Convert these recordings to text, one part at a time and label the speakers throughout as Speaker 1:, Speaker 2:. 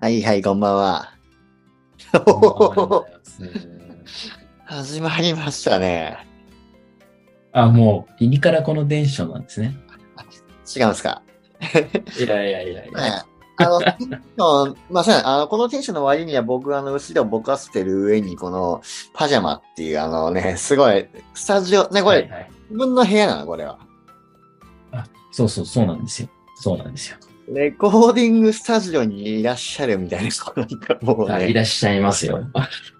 Speaker 1: はいはい、こんばんは。 始まりましたね。
Speaker 2: あ、もう、イニカラこの電車なんですね。
Speaker 1: 違うんすか。
Speaker 2: いやいやいやい
Speaker 1: ね。あの、 テンションまあ、そうやあの、このテンションの割には僕、あの、後ろぼかしてる上に、この、パジャマっていう、あのね、すごい、スタジオ、ね、こ
Speaker 2: は
Speaker 1: れ
Speaker 2: い、はい
Speaker 1: 自分の部屋なの、これは。
Speaker 2: そうそう、そうなんですよ。そうなんですよ。
Speaker 1: レコーディングスタジオにいらっしゃるみたいな、このなんかもう
Speaker 2: あい
Speaker 1: ね。
Speaker 2: らっしゃいますよ。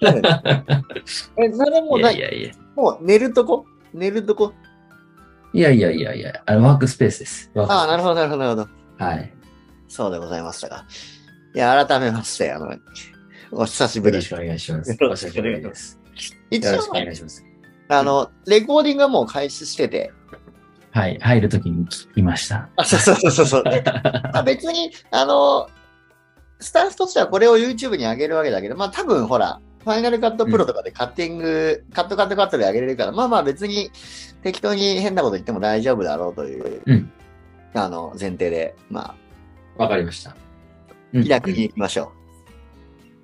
Speaker 1: え、それも
Speaker 2: いうや
Speaker 1: ない
Speaker 2: やいや。
Speaker 1: もう寝るとこ寝るとこ
Speaker 2: いやいやいやいや、あのワークスペースです。ワークス
Speaker 1: ああ、なるほど、なるほど、なるほど。
Speaker 2: はい。
Speaker 1: そうでございましたが。いや、改めまして、あの、お久しぶ
Speaker 2: よ
Speaker 1: り
Speaker 2: ろし。くお願いします。
Speaker 1: よろ
Speaker 2: お
Speaker 1: し
Speaker 2: 久
Speaker 1: く
Speaker 2: し
Speaker 1: お
Speaker 2: ぶ
Speaker 1: 願い
Speaker 2: り
Speaker 1: しま
Speaker 2: です。
Speaker 1: 一
Speaker 2: よろしく
Speaker 1: 応
Speaker 2: お
Speaker 1: ね、
Speaker 2: 願いします。
Speaker 1: あの、レコーディングはもう開始してて。
Speaker 2: はい、入るときに聞きました。
Speaker 1: あ、そうそうそうそう。で まあ、別に、あの、スタンスとしてはこれを YouTube に上げるわけだけど、まあ多分ほら、ファイナルカットプロとかでカッティング、カットカットカットで上げれるから、まあまあ別に適当に変なこと言っても大丈夫だろうという、
Speaker 2: うん
Speaker 1: あの、前提で、ま
Speaker 2: わかりました。
Speaker 1: あ、
Speaker 2: うん
Speaker 1: 気楽に行きましょ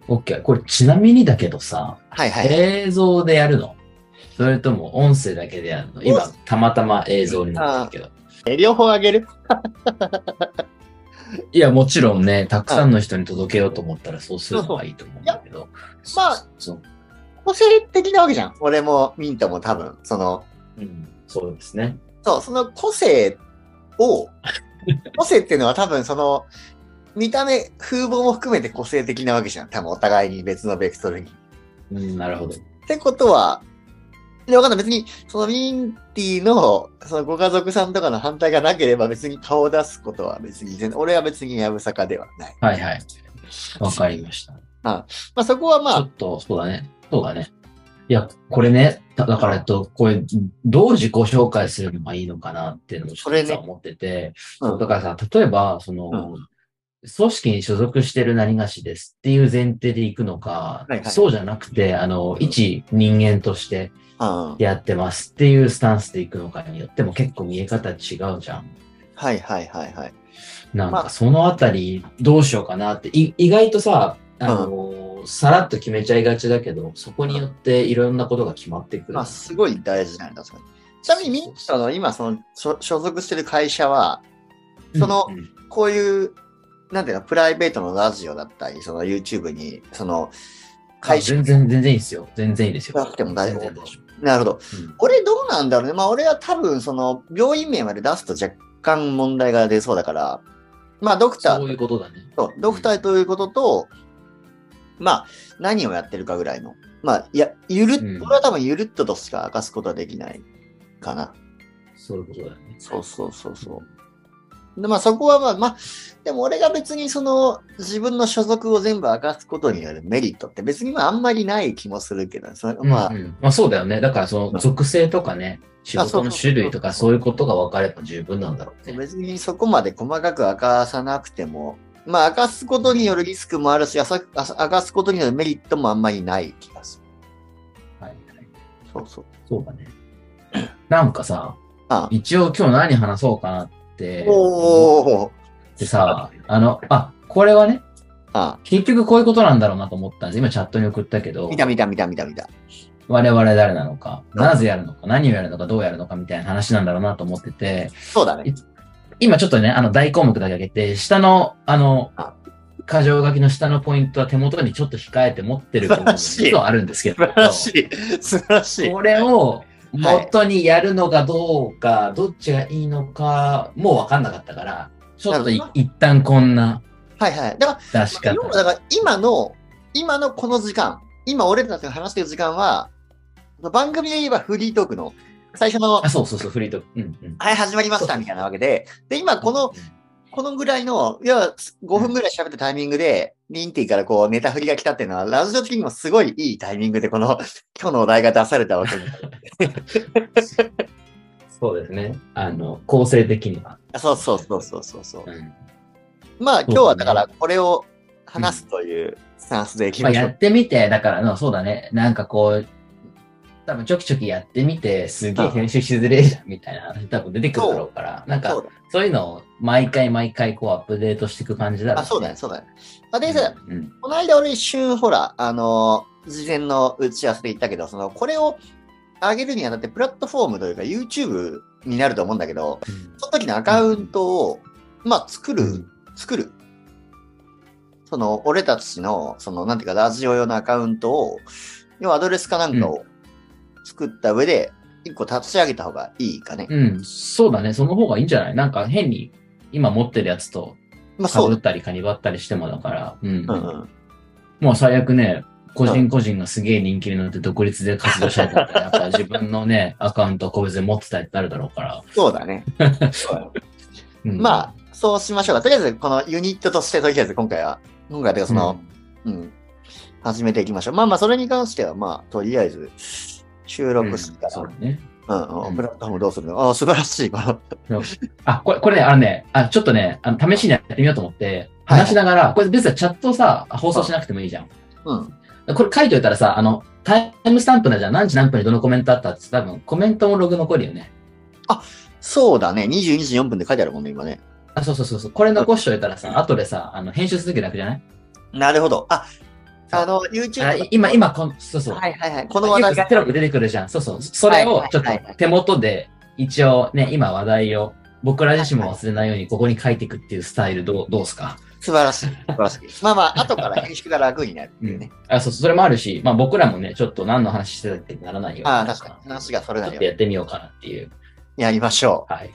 Speaker 1: う。
Speaker 2: オッケー。これちなみにだけどさ、
Speaker 1: はいはい。
Speaker 2: 映像でやるのそれとも音声だけでやるの今、たまたま映像になってるけど。
Speaker 1: え両方上げる
Speaker 2: いや、もちろんね、たくさんの人に届けようと思ったらそうするのがいいと思うんだけど。
Speaker 1: そういやまあ
Speaker 2: そう、
Speaker 1: 個性的なわけじゃん。俺もミントも多分、その、
Speaker 2: うん、そうですね。
Speaker 1: そう、その個性を、個性っていうのは多分その、見た目、風貌も含めて個性的なわけじゃん。多分お互いに別のベクトルに。っ
Speaker 2: うん、なるほど。
Speaker 1: てことは、でわかんない。別に、そのミンティの、そのご家族さんとかの反対がなければ別に顔を出すことは別に全然、俺は別にやぶさかではない。
Speaker 2: はいはい。わかりました。
Speaker 1: まあそこはま
Speaker 2: ちょ
Speaker 1: あ
Speaker 2: っ、と、そうだね。そうだね。いや、これね、だだから、えっと、これ、どう自己紹介するのがいいのかなっていうのをちょっ
Speaker 1: そ
Speaker 2: と
Speaker 1: れ
Speaker 2: さ
Speaker 1: ね
Speaker 2: 思ってて、
Speaker 1: うん
Speaker 2: だからさ、例えば、その、組織に所属してる何がしですっていう前提で行くの
Speaker 1: は
Speaker 2: か、
Speaker 1: いはい
Speaker 2: そうじゃなくて、あの、一人間として、
Speaker 1: うん。
Speaker 2: やってますっていうスタンスでいくのかによっても結構見え方違うじゃん。
Speaker 1: はいはいはいはい。
Speaker 2: なん
Speaker 1: まあ
Speaker 2: かそのあたりどうしようかなって、い意外とさ、あのーさらっと決めちゃいがちだけど、そこによっていろんなことが決まってくる。
Speaker 1: まあ、すごい大事なんだ、それ。ちなみに、ミントの今、その、所所属してる会社は、その
Speaker 2: うんうん
Speaker 1: こういう、なんていうの、プライベートのラジオだったり、その YouTube に、その、
Speaker 2: あ
Speaker 1: 会社、
Speaker 2: 全然、全然いいですよ。全然いいですよ。
Speaker 1: なくても大丈夫
Speaker 2: 全然夫
Speaker 1: なるほど。
Speaker 2: うん
Speaker 1: 俺どうなんだろうね。まあ、俺は多分、その、病院名まで出すと若干問題が出そうだから、まあ、ドクタ
Speaker 2: そう
Speaker 1: ー
Speaker 2: いうことだね。
Speaker 1: と、ドクターということと、まあ、何をやってるかぐらいの。まあ、いや、ゆるっ、
Speaker 2: うん
Speaker 1: 俺は多分ゆるっととしか明かすことはできないかな。
Speaker 2: そういうことだね。
Speaker 1: そうそうそうそう。で、まあそこはまあ、まあ、でも俺が別にその自分の所属を全部明かすことによるメリットって別にまああんまりない気もするけど、それまあ、
Speaker 2: うんうんまあそうだよね。だからその属性とかね、仕事の種類とかそういうことが分かれば十分なんだろうね。
Speaker 1: 別にそこまで細かく明かさなくても、まあ明かすことによるリスクもあるし、あさあさ明かすことによるメリットもあんまりない気がする。
Speaker 2: はいはい。
Speaker 1: そうそう。
Speaker 2: そうだね。なんかさ、
Speaker 1: あ
Speaker 2: 一応今日何話そうかなって、
Speaker 1: おー
Speaker 2: でさ、あの、あ、これはね、
Speaker 1: あ
Speaker 2: 結局こういうことなんだろうなと思ったんです。今チャットに送ったけど
Speaker 1: 見、た見た見た見た見た。
Speaker 2: 我々誰なのか、なぜやるのか、何をやるのか、どうやるのかみたいな話なんだろうなと思ってて、
Speaker 1: そうだね。
Speaker 2: 今ちょっとね、あの、大項目だけ上げて、下の、あの
Speaker 1: あ、
Speaker 2: 箇条書きの下のポイントは手元にちょっと控えて持ってる項目が
Speaker 1: 素晴らしい
Speaker 2: 実はあるんですけど、
Speaker 1: 素晴らしい。素晴らしい。
Speaker 2: これを元にやるのかどうか、どっちがいいのかも分かんなかったから、ちょっとい
Speaker 1: なるほ
Speaker 2: 一旦こんな
Speaker 1: はいはい。だから
Speaker 2: 出し方
Speaker 1: 要。はだから今の、今のこの時間、今俺たちが話してる時間は、番組で言えばフリートークの最初の、
Speaker 2: あ、そうそうそう、フリート。うんうん。
Speaker 1: はい、始まりましたみたいなわけで、で、今この、、このぐらいの、要は5分ぐらい喋ったタイミングで、ミンティからこうネタ振りが来たっていうのは、ラジオ的にもすごいいいタイミングで、この、今日のお題が出されたわ けで。
Speaker 2: そうですね。あの、構成的には。
Speaker 1: あそうそうそうそうそうそう
Speaker 2: う。ん
Speaker 1: まあ今日はだからこれを話すというスタンスでいき
Speaker 2: まあ、
Speaker 1: ましょ
Speaker 2: や
Speaker 1: う。
Speaker 2: ってみて、だからの、そうだね。なんかこう、多分ちょきちょきやってみて、すげえ編集しづれえじゃんみたいな話多分出てくるだろうから、なん
Speaker 1: そ
Speaker 2: か
Speaker 1: うだ
Speaker 2: そういうのを毎回毎回こうアップデートしていく感じだろ
Speaker 1: あ、そうだね、そうだね。あでさ、
Speaker 2: うんうん
Speaker 1: この間俺一瞬、ほら、あの、事前の打ち合わせで言ったけど、その、これを上げるにはだってプラットフォームというか YouTube になると思うんだけど、その時のアカウントを、まあ、作る、
Speaker 2: うん
Speaker 1: 作る。その、俺たちの、その、なんていうか、ラジオ用のアカウントを、要はアドレスかなんかを作った上で、一個立ち上げた方がいいかね。
Speaker 2: うん、そうだね。その方がいいんじゃないなんか変に今持ってるやつと
Speaker 1: まあ、
Speaker 2: か
Speaker 1: そう
Speaker 2: ぶ
Speaker 1: だ
Speaker 2: っ。たりかにばったりしてもだから、う
Speaker 1: う
Speaker 2: ん。
Speaker 1: んうん。
Speaker 2: もう最悪ね、個人個人がすげえ人気になって独立で活動したいと思ったら、や っぱ自分のね、アカウントを個別で持ってたりってなるだろうから。
Speaker 1: そうだ ね。そうだね
Speaker 2: うん
Speaker 1: まあ、そうしましょうか。とりあえず、このユニットとして、とりあえず今回は、今回というか、その、うん、始めていきましょう。まあまあ、それに関しては、まあ、とりあえず、収
Speaker 2: うん
Speaker 1: 録するか
Speaker 2: そう
Speaker 1: ら
Speaker 2: だ、ね。
Speaker 1: うん、うん
Speaker 2: うん
Speaker 1: プラットフォームどうするのああ、素晴らしい。この
Speaker 2: あ、これ、これね、あのね、あちょっとね、あの試しにやってみようと思って、
Speaker 1: はい
Speaker 2: 話しながら、これ別にチャットをさ、放送しなくてもいいじゃん。
Speaker 1: うん、
Speaker 2: これ書いといたらさ、あの、タイムスタンプなじゃん。何時何分にどのコメントあったって多分、コメントもログ残るよね。
Speaker 1: そうだね。22時4分で書いてあるもんね、今ね。
Speaker 2: あ、そうそうそうそう。これ残しといたらさ、後でさ、あの、編集するだけ楽じゃない
Speaker 1: なるほど。あ、あの、
Speaker 2: あ
Speaker 1: YouTube とか。
Speaker 2: 今、今、この、そうそう。
Speaker 1: はいはいはい。この
Speaker 2: よ
Speaker 1: 話題
Speaker 2: くテロップ出てくるじゃん。そうそう。それを
Speaker 1: はい
Speaker 2: ちょっ
Speaker 1: はいはいは
Speaker 2: と
Speaker 1: い
Speaker 2: 手元で、一応ね、今話題を、僕ら自身も忘れないようにここに書いていくっていうスタイルどう、どうすか
Speaker 1: 素晴らしい。素晴らしい。まあまあ、後から編集が楽になるっていうね。
Speaker 2: あ、そうそう、それもあるし、まあ僕らもね、ちょっと何の話してたってならないように。
Speaker 1: ああ、確かに。話がそれ
Speaker 2: ち
Speaker 1: な
Speaker 2: ょっ
Speaker 1: り
Speaker 2: と
Speaker 1: よ。
Speaker 2: やってみようかなっていう。
Speaker 1: やりましょ
Speaker 2: はい。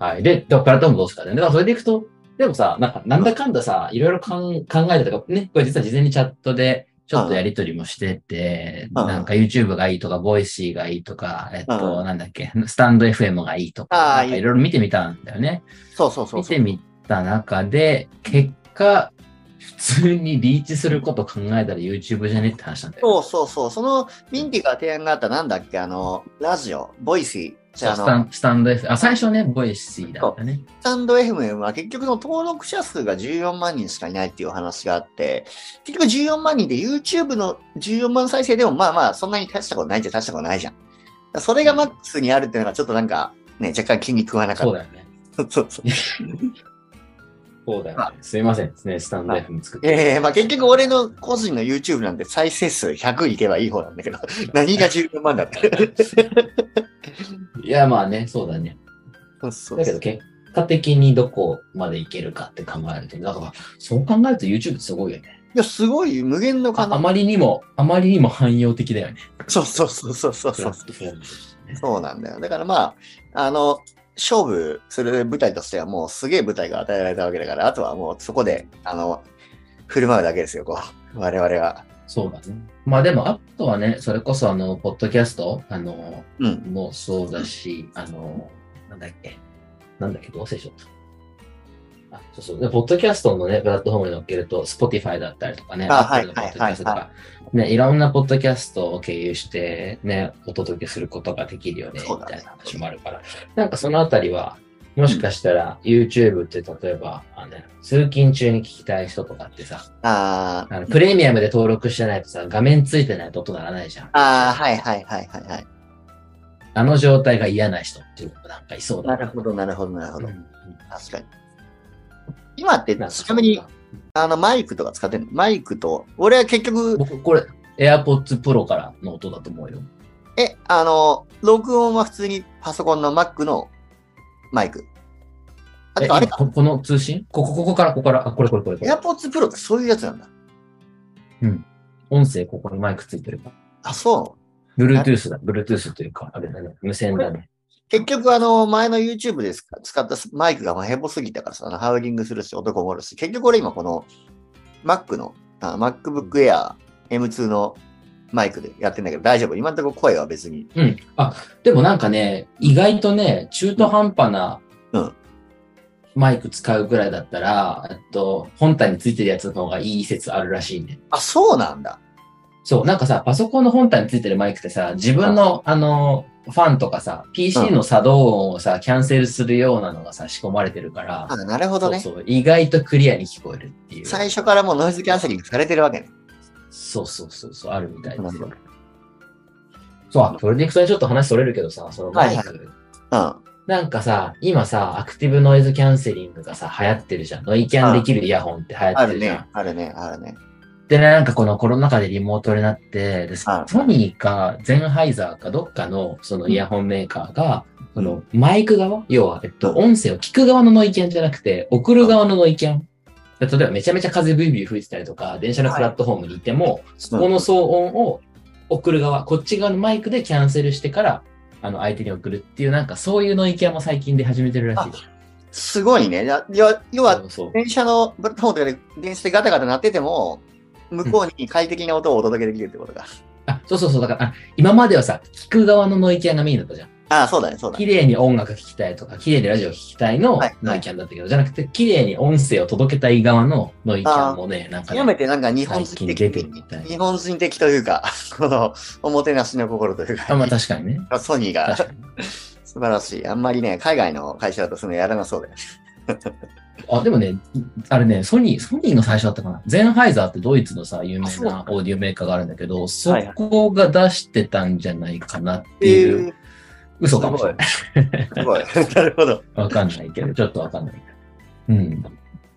Speaker 2: はい。で、だからプラットフォームどうすかね。だからそれでいくと、でもさ、なんか、なんだかんださ、いろいろかん考えたとか、ね、これ実は事前にチャットで、ちょっとやりとりもしてて、
Speaker 1: うん
Speaker 2: なんか YouTube がいいとか、ボイシーがいいとか、えっ
Speaker 1: う
Speaker 2: と、なんだっけ、スタンド FM がいいと
Speaker 1: あ
Speaker 2: か、
Speaker 1: あ
Speaker 2: なんかいろいろ見てみたんだよね。
Speaker 1: う。そうそうそう
Speaker 2: 見
Speaker 1: そ
Speaker 2: て
Speaker 1: う。
Speaker 2: みた中で、結果、普通にリーチすること考えたら YouTube じゃねって話なんだよね。
Speaker 1: そうそうそう。その、ミンティが提案があった、なんだっけ、あの、ラジオ、ボイシー。じゃあ、あ
Speaker 2: ス
Speaker 1: の
Speaker 2: タ、ンスタンド F、あ、最初ね、ボイシーだったね。
Speaker 1: スタンド FM は結局の登録者数が14万人しかいないっていうお話があって、結局14万人で YouTube の14万再生でもまあまあそんなに大したことないじゃん、大したことないじゃん。それがマックスにあるっていうのがちょっとなんかね、若干気に食わなか
Speaker 2: そう
Speaker 1: っ
Speaker 2: だよね。
Speaker 1: た。 そうそう
Speaker 2: そうだよね。すいませんですね、スタンド F も作っ て。
Speaker 1: ええまあ結局俺の個人の YouTube なんて再生数100いけばいい方なんだけど、何が14万だっ て。
Speaker 2: いや、まあね、そうだね。
Speaker 1: そうそう
Speaker 2: だけど、結果的にどこまでいけるかって考えると、だから、そう考えると YouTube ってすごいよね。
Speaker 1: いや、すごい無限の可
Speaker 2: ああ
Speaker 1: 能
Speaker 2: まりにも、あまりにも汎用的だよね。
Speaker 1: そうそうそうそうそうそう。
Speaker 2: プラットフォームとしてね
Speaker 1: そうなんだよ。だからまあ、あの、勝負する舞台としてはもうすげえ舞台が与えられたわけだから、あとはもうそこで、あの、振る舞うだけですよ、こう。我々は。
Speaker 2: そうだね。まあでも、あとはね、それこそ、あの、ポッドキャスト、あの、
Speaker 1: うん。
Speaker 2: もそうだし、あの、なんだっけ、なんだっけ、どうせしょあ、そうそう。で、ポッドキャストのね、プラットフォームに乗っけると、Spotify だったりとかね、
Speaker 1: あはい
Speaker 2: Apple のポッドキャストとか、ね、いろんなポッドキャストを経由して、ね、お届けすることができるよね、
Speaker 1: そ
Speaker 2: み
Speaker 1: うだね
Speaker 2: たいな話もあるから、なんかそのあたりは、もしかしたら YouTube って例えば、あのね、通勤中に聞きたい人とかってさ、
Speaker 1: あー
Speaker 2: あのプレミアムで登録してないとさ、画面ついてないと音鳴らないじゃん。
Speaker 1: あー、はいはいはいはいはい。
Speaker 2: あの状態が嫌な人っていうのもなんかいそうだ
Speaker 1: なるほど、なるほど、なるほど。
Speaker 2: うん
Speaker 1: 確かに。今って、ちなみに、、あの、マイクとか使ってんのマイクと、俺は結局、
Speaker 2: 僕、これ、AirPods Pro からの音だと思うよ。
Speaker 1: え、あの、録音は普通にパソコンの Mac のマイク。あ
Speaker 2: え
Speaker 1: と、あれ
Speaker 2: 今
Speaker 1: か、
Speaker 2: ここの通信ここ、ここから、ここから、あ、これ、これ、これ、これ。
Speaker 1: AirPods Pro ってそういうやつなんだ。
Speaker 2: 音声、ここにマイクついてるから。
Speaker 1: あ、そう。
Speaker 2: Bluetooth だ、Bluetooth というか、あれだね、無線だね。
Speaker 1: 結局、あの、前の YouTube ですか使ったマイクがまあヘボすぎたからさ、あのハウリングするし、男もおるし、結局俺今この Mac の、あ MacBook Air M2 のマイクでやってんだけど大丈夫今んところ声は別に。
Speaker 2: うん。あ、でもなんかね、意外とね、中途半端な
Speaker 1: うん、
Speaker 2: マイク使うぐらいだったら、えっと、本体についてるやつの方がいい説あるらしいね。
Speaker 1: あ、そうなんだ。
Speaker 2: そう、なんかさ、パソコンの本体についてるマイクってさ、自分の、あの、ファンとかさ、PC の作動音をさ、キャンセルするようなのがさ、仕込まれてるから、
Speaker 1: あなるほどね
Speaker 2: そうそう、意外とクリアに聞こえるっていう。
Speaker 1: 最初からもうノイズキャンセリングされてるわけね。
Speaker 2: そうそうそうそう、あるみたいですよ。そう、あプロディクトにちょっと話それるけどさ、そのマイク。
Speaker 1: はいうん。
Speaker 2: なんかさ、今さ、アクティブノイズキャンセリングがさ、流行ってるじゃん。ノイキャンできるイヤホンって流行
Speaker 1: あ
Speaker 2: って
Speaker 1: る
Speaker 2: るじゃん。
Speaker 1: ね。あるね。あるね。
Speaker 2: でね、なんかこのコロナ禍でリモートになって、で
Speaker 1: はい
Speaker 2: ソニーかゼンハイザーかどっかのそのイヤホンメーカーが、そのマイク側、要は、えっと、
Speaker 1: う
Speaker 2: 音声を聞く側のノイキャンじゃなくて、送る側のノイキャン。で例えばめちゃめちゃ風ブイブイ吹いてたりとか、電車のプラットフォームにいても、
Speaker 1: うん
Speaker 2: この騒音を送る側、こっち側のマイクでキャンセルしてから、あの、相手に送るっていう、なんかそういうノイキャンも最近で始めてるらしい。
Speaker 1: すごいね。な要要は、
Speaker 2: そうそう
Speaker 1: 電車のプラットフォームとかで電車でガタガタ鳴ってても、向こうに快適な音をお届けできるってことか。
Speaker 2: あそうそうそう。だから、あ今まではさ、聞く側のノイキャンがメインだったじゃん。
Speaker 1: ああ、そうだね、そうだね。
Speaker 2: 綺麗に音楽聴きたいとか、綺麗にラジオ聴きたいの
Speaker 1: はい
Speaker 2: ノイキャンだったけど、じゃなくて、綺麗に音声を届けたい側のノイキャンもね、なんかね、
Speaker 1: 極めてなんか日本人
Speaker 2: 最近
Speaker 1: 的
Speaker 2: 出てるみたい
Speaker 1: 日本人的というか、このおもてなしの心という
Speaker 2: あ、まあ
Speaker 1: か、
Speaker 2: 確かにね。
Speaker 1: ソニーが
Speaker 2: 確かに。
Speaker 1: 素晴らしい。あんまりね、海外の会社だとそのやらなそうだよ。
Speaker 2: あ、でもね、あれね、ソニー、ソニーの最初だったかな。ゼンハイザーってドイツのさ、有名
Speaker 1: あそう
Speaker 2: なオーディオメーカーがあるんだけど、そ
Speaker 1: はいはい
Speaker 2: こが出してたんじゃないかなっていう、
Speaker 1: えー
Speaker 2: 嘘かもしれない。
Speaker 1: すごい。 なるほど。
Speaker 2: わかんないけど、ちょっとわかんないけど。うん。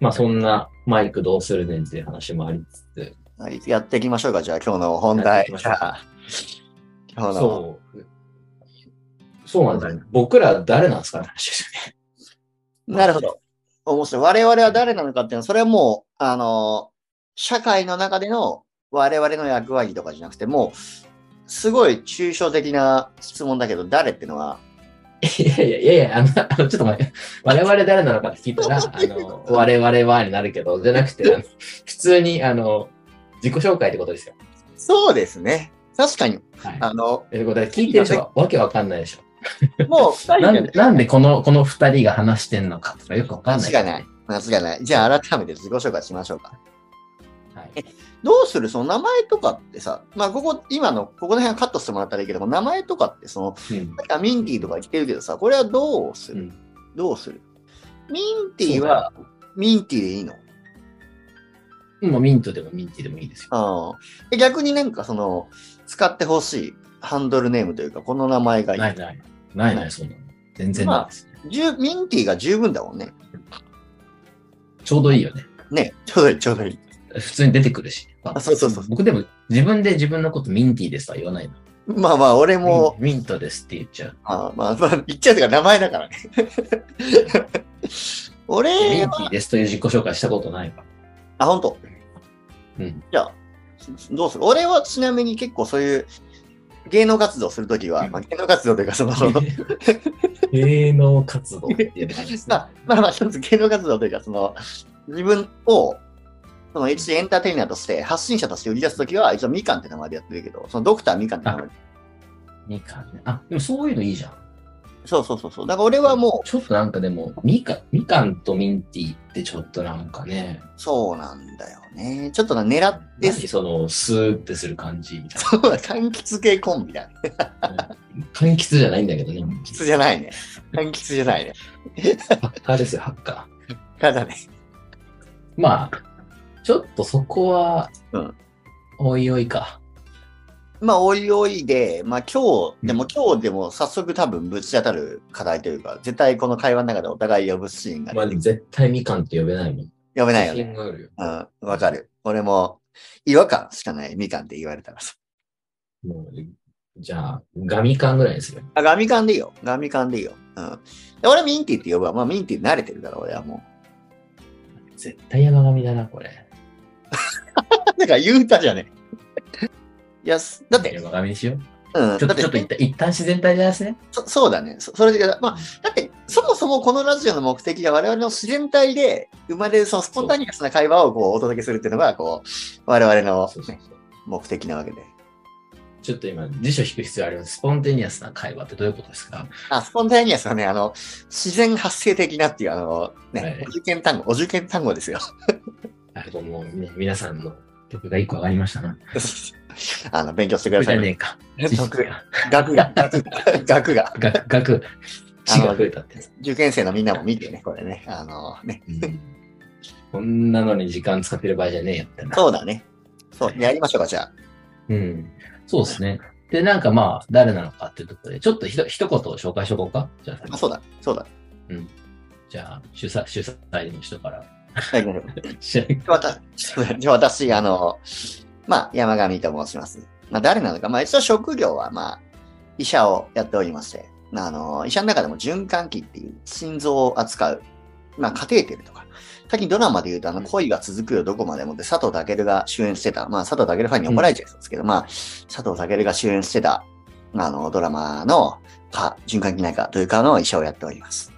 Speaker 2: まあそんなマイクどうするねんっていう話もありつつ。
Speaker 1: はいやっていきましょうか、じゃあ今日の本
Speaker 2: やっ
Speaker 1: 題。
Speaker 2: ていきまし
Speaker 1: じ
Speaker 2: ょう
Speaker 1: ゃあ今日の
Speaker 2: そう。そうなんですよね。僕ら誰なんですかって話ですよね。
Speaker 1: なるほど。。面白い。我々は誰なのかっていうのは、それはもう、あの、社会の中での我々の役割とかじゃなくて、もう、すごい抽象的な質問だけど、誰ってのは、
Speaker 2: いやいやいやいや、あの、あのちょっと待って、我々誰なのかって聞いたら、あの、我々はになるけど、じゃなくて、あの普通に、あの、自己紹介ってことですよ。
Speaker 1: そうですね。確かに、
Speaker 2: はい。
Speaker 1: あ の、
Speaker 2: ということで、聞いてる人はわけわかんないでしょ。
Speaker 1: もう2人
Speaker 2: なんで、なんでこの、この二人が話してんのかとかよくわかんない、
Speaker 1: 間違いない。。間違いない。じゃあ改めて自己紹介しましょうか。
Speaker 2: はい。
Speaker 1: どうするその名前とかってさ、まあ、ここ、今の、ここの辺はカットしてもらったらいいけども、名前とかって、その、
Speaker 2: うん
Speaker 1: さっきはミンティーとか言ってるけどさ、これはどうする、
Speaker 2: うん
Speaker 1: どうするミンティーは、ミンティーでいいの
Speaker 2: もうミントでもミンティでもいいですよ。
Speaker 1: ああ。で逆になんかその、使ってほしいハンドルネームというか、この名前がいい。
Speaker 2: ないない。ないない、そんなの。全然ないです、ね
Speaker 1: 十ミンティーが十分だもんね。
Speaker 2: ちょうどいいよね。
Speaker 1: ね、ちょうどいい、ちょうどいい。
Speaker 2: 普通に出てくるし。
Speaker 1: あそうそうそう
Speaker 2: 僕でも自分で自分のことミンティーですとは言わないの。
Speaker 1: まあまあ、俺も、
Speaker 2: ミンミントですって言っちゃう。
Speaker 1: ああまあまあ、言っちゃうというか名前だからね。 俺
Speaker 2: ミンティ
Speaker 1: は
Speaker 2: ー、ですという自己紹介したことないわ。
Speaker 1: あ、本当。
Speaker 2: うん。
Speaker 1: じゃあ、どうする俺はちなみに結構そういう芸能活動するときは、まあ、芸能活動というかその、
Speaker 2: 芸能活動っていう感じです
Speaker 1: ま
Speaker 2: ね。
Speaker 1: あまあまあ、一つ芸能活動というか、その、自分を、その一エンターテイナーとして、発信者として売り出すときは、一応みかんって名前でやってるけど、そのドクターみかんって名前で。
Speaker 2: みかんね。あ、でもそういうのいいじゃん。
Speaker 1: そうそうそうそう。だから俺はも
Speaker 2: ちょっとなんかでも、みかん、みかんとミンティーってちょっとなんかね、
Speaker 1: う、そうなんだよね。ちょっとな狙って、
Speaker 2: 何その、スーってする感じみたい
Speaker 1: そうだ、柑橘系コンビだね。
Speaker 2: な。柑橘じゃないんだけどね。
Speaker 1: 柑橘じゃないね。柑橘じゃないね。
Speaker 2: ハッカーですよ、ハッカー。
Speaker 1: ただね。
Speaker 2: まあ、ちょっとそこは、
Speaker 1: うん
Speaker 2: おいおいか。
Speaker 1: まあ、おいおいで、まあ今日、で
Speaker 2: う
Speaker 1: も今日でも早速多分ぶち当たる課題というか、絶対この会話の中でお互い呼ぶシーンが
Speaker 2: まあ、
Speaker 1: 出て
Speaker 2: 絶対みかんって呼べないもん。
Speaker 1: 呼べないよね
Speaker 2: 自。信があるよ
Speaker 1: うん、わかる。俺も、違和感しかない、みかんって言われたらさ。
Speaker 2: もうじゃあ、ガミカンぐらいですよ。
Speaker 1: あ、ガミカンでいいよ。ガミカンでいいよ。うん。で俺、ミンティって呼ぶわ。まあ、ミンティ慣れてるから、俺はも
Speaker 2: 絶対山神だな、これ。
Speaker 1: う。 だから言うたじゃねえ。い や、すだって、
Speaker 2: 山神にしよう。
Speaker 1: うん、
Speaker 2: ちょっ
Speaker 1: だ
Speaker 2: と、
Speaker 1: っ
Speaker 2: ちょっ
Speaker 1: て
Speaker 2: と一旦一旦自然体じゃないですね。
Speaker 1: そ、そうだね。そそれで、まあ、だって、そもそもこのラジオの目的が我々の自然体で生まれる、そのスポンタニアスな会話をこうお届けするっていうのが、こう、我々の
Speaker 2: そうそうそう
Speaker 1: 目的なわけで。
Speaker 2: ちょっと今、辞書引く必要あります。スポンテニアスな会話ってどういうことですか
Speaker 1: あ、スポンタニアスはね、あの、自然発生的なっていう、あの、
Speaker 2: は
Speaker 1: ね
Speaker 2: い、
Speaker 1: お受験単語、お受験単語ですよ。
Speaker 2: あともう、ね、皆さんの曲が一個上がりましたな。
Speaker 1: あの、勉強してくだ
Speaker 2: じ
Speaker 1: さ
Speaker 2: ゃ
Speaker 1: い
Speaker 2: ね
Speaker 1: ね。
Speaker 2: えか。知識
Speaker 1: 得
Speaker 2: が。
Speaker 1: 学が、 学が、学が。
Speaker 2: 学、学、知が増えたってやつ。
Speaker 1: 受験生のみんなも見てね、これね。あのね。
Speaker 2: うんこんなのに時間使ってる場合じゃねえよってな。
Speaker 1: そうだね。そう、やりましょうか、じゃあ。
Speaker 2: うん。そうですね。で、なんかまあ、誰なのかっていうところで、ちょっとひと一言紹介しとこうか。じゃあ、
Speaker 1: あ、そうだ、そうだ。
Speaker 2: じゃあ主催、主催の人から。
Speaker 1: はい、わたちょっと待って 私、あの、まあ、山上と申します。まあ、誰なのか、まあ、一応職業は、まあ、医者をやっておりまして、あの、医者の中でも循環器っていう心臓を扱う、まあ、カテーテルとか、さっきドラマで言うと、あの、
Speaker 2: うん
Speaker 1: 恋が続くよどこまでもって佐藤健が主演してた、まあ、佐藤健ファンに怒られちゃいそうですけど、まあ、佐藤健が主演してた、あの、ドラマの、か、循環器内科というかの医者をやっております。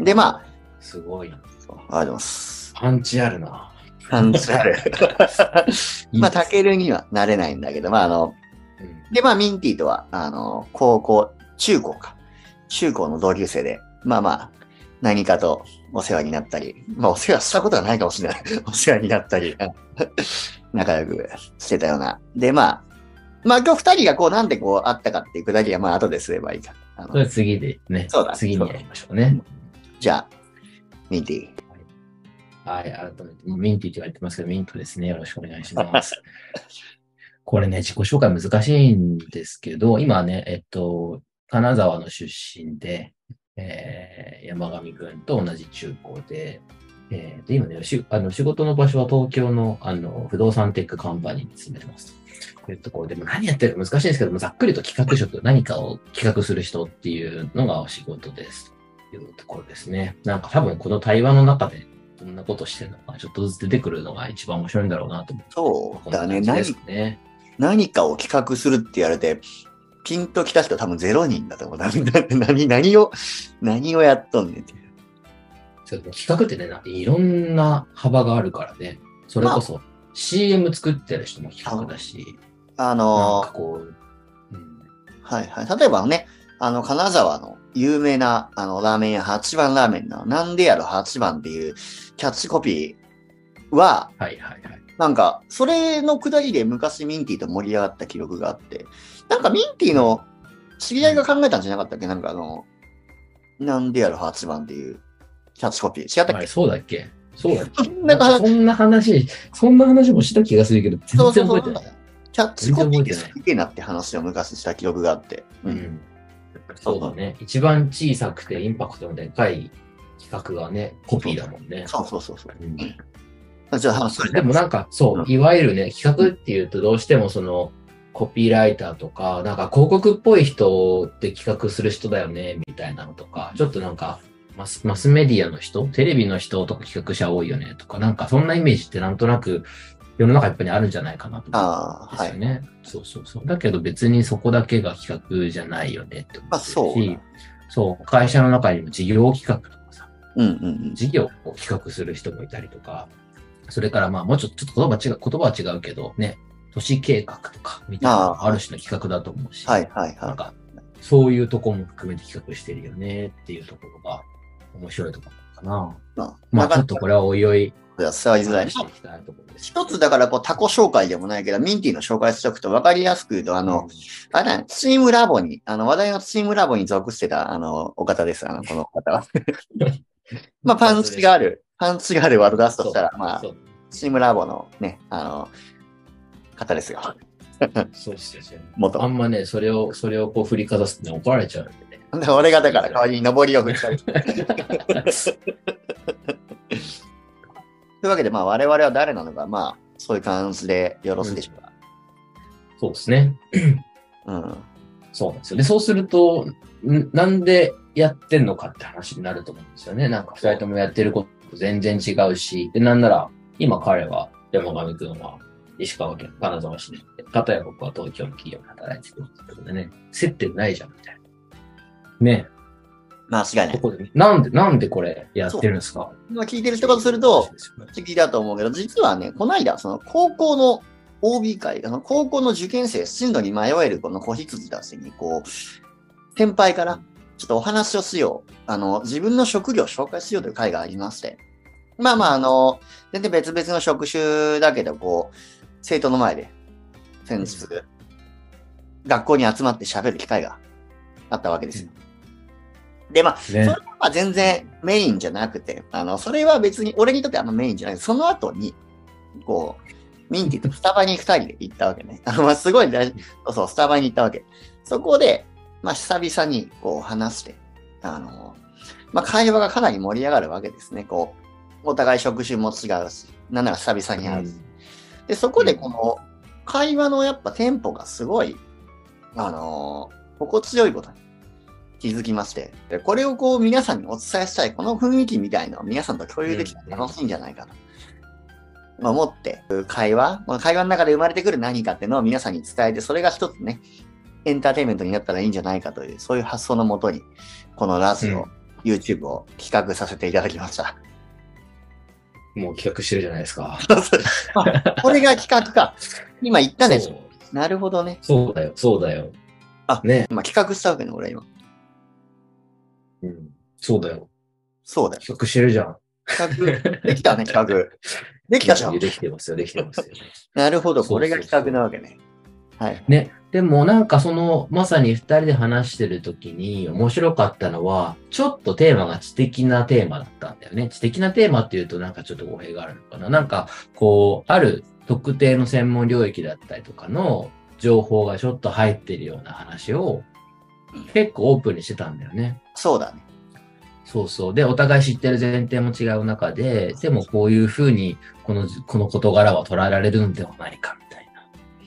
Speaker 1: で、まあ、
Speaker 2: すごいな。
Speaker 1: そうありがとうございます。
Speaker 2: パンチあるな。
Speaker 1: 感じある。まあ、
Speaker 2: いいで
Speaker 1: タ
Speaker 2: す
Speaker 1: ケルにはなれないんだけど、まあ、あの、で、まあ、ミンティとは、あの、高校、中高か。中高の同級生で、まあまあ、何かとお世話になったり、まあ、お世話したことはないかもしれない。 お世話になったり、 仲良くしてたような。で、まあ、まあ、今日二人がこう、なんでこう、あったかっていうくだりは、まあ、後ですればいいか。あ
Speaker 2: それ
Speaker 1: の
Speaker 2: 次でね。
Speaker 1: そうだ
Speaker 2: 次にやりましょうね。
Speaker 1: じゃあ、ミンティ。
Speaker 2: はい、改めて、ミンティって言われてますけど、ミントですね。よろしくお願いします。 これね、自己紹介難しいんですけど、今ね、えっと、金沢の出身で、えー山上くんと同じ中高で、えーと今ね、しあの仕事の場所は東京のあの不動産テックカンパニーに住んでます。というところで、もう何やってるか難しいんですけども、ざっくりと企画職、何かを企画する人っていうのがお仕事です。というところですね。なんか多分この対話の中で、どんなことしてるのか、ちょっとずつ出てくるのが一番面白いんだろうなと思って。
Speaker 1: そうだね。
Speaker 2: こんな感
Speaker 1: 何
Speaker 2: じですね。
Speaker 1: 何かを企画するって言われて、ピンと来た人多分ゼロ人だと思う。何、何、 何を、何をやっとんねんっていう。
Speaker 2: そう企画ってね、なんかいろんな幅があるからね。それこそ CM 作ってる人も企画だし、
Speaker 1: あ
Speaker 2: なん
Speaker 1: の
Speaker 2: かこう、うん、
Speaker 1: はいはい。例えばね、あの、金沢の有名な、あの、ラーメン屋、八番ラーメンの、なんでやろ八番っていうキャッチコピーは、
Speaker 2: はいはいはい。
Speaker 1: なんか、それのくだりで昔ミンティと盛り上がった記録があって、なんかミンティの知り合いが考えたんじゃなかったっけなんかあの、なんでやろ八番っていうキャッチコピー。違ったっ
Speaker 2: あ
Speaker 1: け
Speaker 2: れそうだっけそうだっけ
Speaker 1: そ んな話
Speaker 2: そんな話、そんな話もした気がするけど、
Speaker 1: そう
Speaker 2: 全
Speaker 1: そ
Speaker 2: 然
Speaker 1: うそ
Speaker 2: 覚え
Speaker 1: う
Speaker 2: てない。。
Speaker 1: キャッチコピーって
Speaker 2: 全然覚えてない
Speaker 1: すげえなって話を昔した記憶があって。
Speaker 2: う
Speaker 1: うん
Speaker 2: んそうだね。一番小さくてインパクトのでかい企画がね、コピーだもんね。
Speaker 1: そうそうそうそう。
Speaker 2: うん
Speaker 1: じゃあ話それ
Speaker 2: でもなんか、そうう、いわゆるね、企画っていうとどうしてもその、コピーライターとか、なんか広告っぽい人って企画する人だよね、みたいなのとか、ちょっとなんか、マスマスメディアの人、テレビの人とか企画者多いよね、とか、なんかそんなイメージってなんとなく世の中やっぱりあるんじゃないかなと思
Speaker 1: あ
Speaker 2: うん
Speaker 1: あ、は
Speaker 2: ですよ
Speaker 1: い。
Speaker 2: ね。そうそうそう。だけど別にそこだけが企画じゃないよね、って思
Speaker 1: まあ
Speaker 2: ってるし
Speaker 1: そうだ。
Speaker 2: そう、会社の中にも事業企画とかさ、
Speaker 1: うんうんうん。
Speaker 2: 事業を企画する人もいたりとか、それからまあもうちょっとちょっと言葉違う、言葉は違うけど、ね、都市計画とか、みたいなのがある種の企画だと思うし、
Speaker 1: はいはい
Speaker 2: なん
Speaker 1: は
Speaker 2: か、そういうとこも含めて企画してるよねっていうところが面白いところかな。
Speaker 1: い。まあ、な
Speaker 2: まあち
Speaker 1: か
Speaker 2: ょ
Speaker 1: な
Speaker 2: っと
Speaker 1: か
Speaker 2: これはおいおい、
Speaker 1: 伝わりづらい
Speaker 2: 話。していきたいところです。
Speaker 1: 一つだからこう、タコ紹介でもないけど、ミンティの紹介しておくと分かりやすく言うと、あ
Speaker 2: あ
Speaker 1: の、、あれだねチームラボに、あの、話題のチームラボに属してた、あの、お方です。あの、この方 は。まあ、パンチがある、パンチがあるワード出すとしたら、まあ
Speaker 2: そ、う
Speaker 1: チームラボのね、あの、方ですよ。
Speaker 2: そうですよね。
Speaker 1: 元
Speaker 2: あ。んまね、それを、それをこう振りかざすとね、怒られちゃうんでね。
Speaker 1: で俺がだから代わりに上りを振 ったり。というわけで、まあ、我々は誰なのか、まあ、そういう感じでよろしいでしょうか。
Speaker 2: そうですね。
Speaker 1: うん。
Speaker 2: そうなんですよ。で、そうすると、んなんでやってんのかって話になると思うんですよね。なんか二人ともやってること全然違うし、で、なんなら、今彼は、山上くんは石川県金沢市で、片や僕は東京の企業で働いてるってことでね、接点ないじゃん、みたいな。ね
Speaker 1: 間違いな
Speaker 2: ど
Speaker 1: い。
Speaker 2: こで、なんで、なんでこれやってるんですか
Speaker 1: 今聞いてる人からすると、
Speaker 2: そうですよね
Speaker 1: 不思議だと思うけど、実はね、この間、その高校の OB 会、あの高校の受験生、進路に迷えるこの子羊たちに、こう、先輩から、ちょっとお話をしよう。あの、自分の職業を紹介しようという会がありまして。まあまあ、あの、全然別々の職種だけど、こう、生徒の前で、先日、学校に集まって喋る機会があったわけですよ。で、まあ、
Speaker 2: ね
Speaker 1: それは全然メインじゃなくて、あの、それは別に、俺にとってはあんまメインじゃない。その後に、こう、ミンティとスタバに2人で行ったわけね。 あまあすごい大事。そうそう、スタバに行ったわけ。そこで、まあ久々にこう話して、あの、まあ会話がかなり盛り上がるわけですね。こう、お互い職種も違うし、なんなら久々に会うし。で、そこでこの会話のやっぱテンポがすごい、あの、心地よいことに気づきまして、でこれをこう皆さんにお伝えしたい、この雰囲気みたいなのを皆さんと共有できたら楽しいんじゃないかな。まあ思って、会話、この会話の中で生まれてくる何かっていうのを皆さんに伝えて、それが一つね、エンターテインメントになったらいいんじゃないかという、そういう発想のもとに、このラジオ、
Speaker 2: う
Speaker 1: YouTube を企画させていただきました。
Speaker 2: もう企画してるじゃないですか。
Speaker 1: これが企画か。今言ったんでし
Speaker 2: そ
Speaker 1: ょ。
Speaker 2: う
Speaker 1: なるほどね。
Speaker 2: そうだよ、そうだよ。
Speaker 1: あ
Speaker 2: ね、
Speaker 1: 今企画したわけね、俺は今。
Speaker 2: うん。そうだよ。
Speaker 1: そうだよ。
Speaker 2: 企画してるじゃん。
Speaker 1: 企画、でき たね、企画。できたじゃん。
Speaker 2: できてますよ、できてますよ。
Speaker 1: なるほど、
Speaker 2: そ
Speaker 1: こ
Speaker 2: うそうそう
Speaker 1: れが企画なわけね。はい。
Speaker 2: ね、でもなんかその、まさに二人で話してる時に面白かったのは、ちょっとテーマが知的なテーマだったんだよね。知的なテーマっていうとなんかちょっと語弊があるのかな。なんか、こう、ある特定の専門領域だったりとかの情報がちょっと入ってるような話を結構オープンにしてたんだよね。
Speaker 1: そうだね。
Speaker 2: そうそう。で、お互い知ってる前提も違う中で、でもこういうふうにこの、この事柄は捉えられるんではないかみたいな。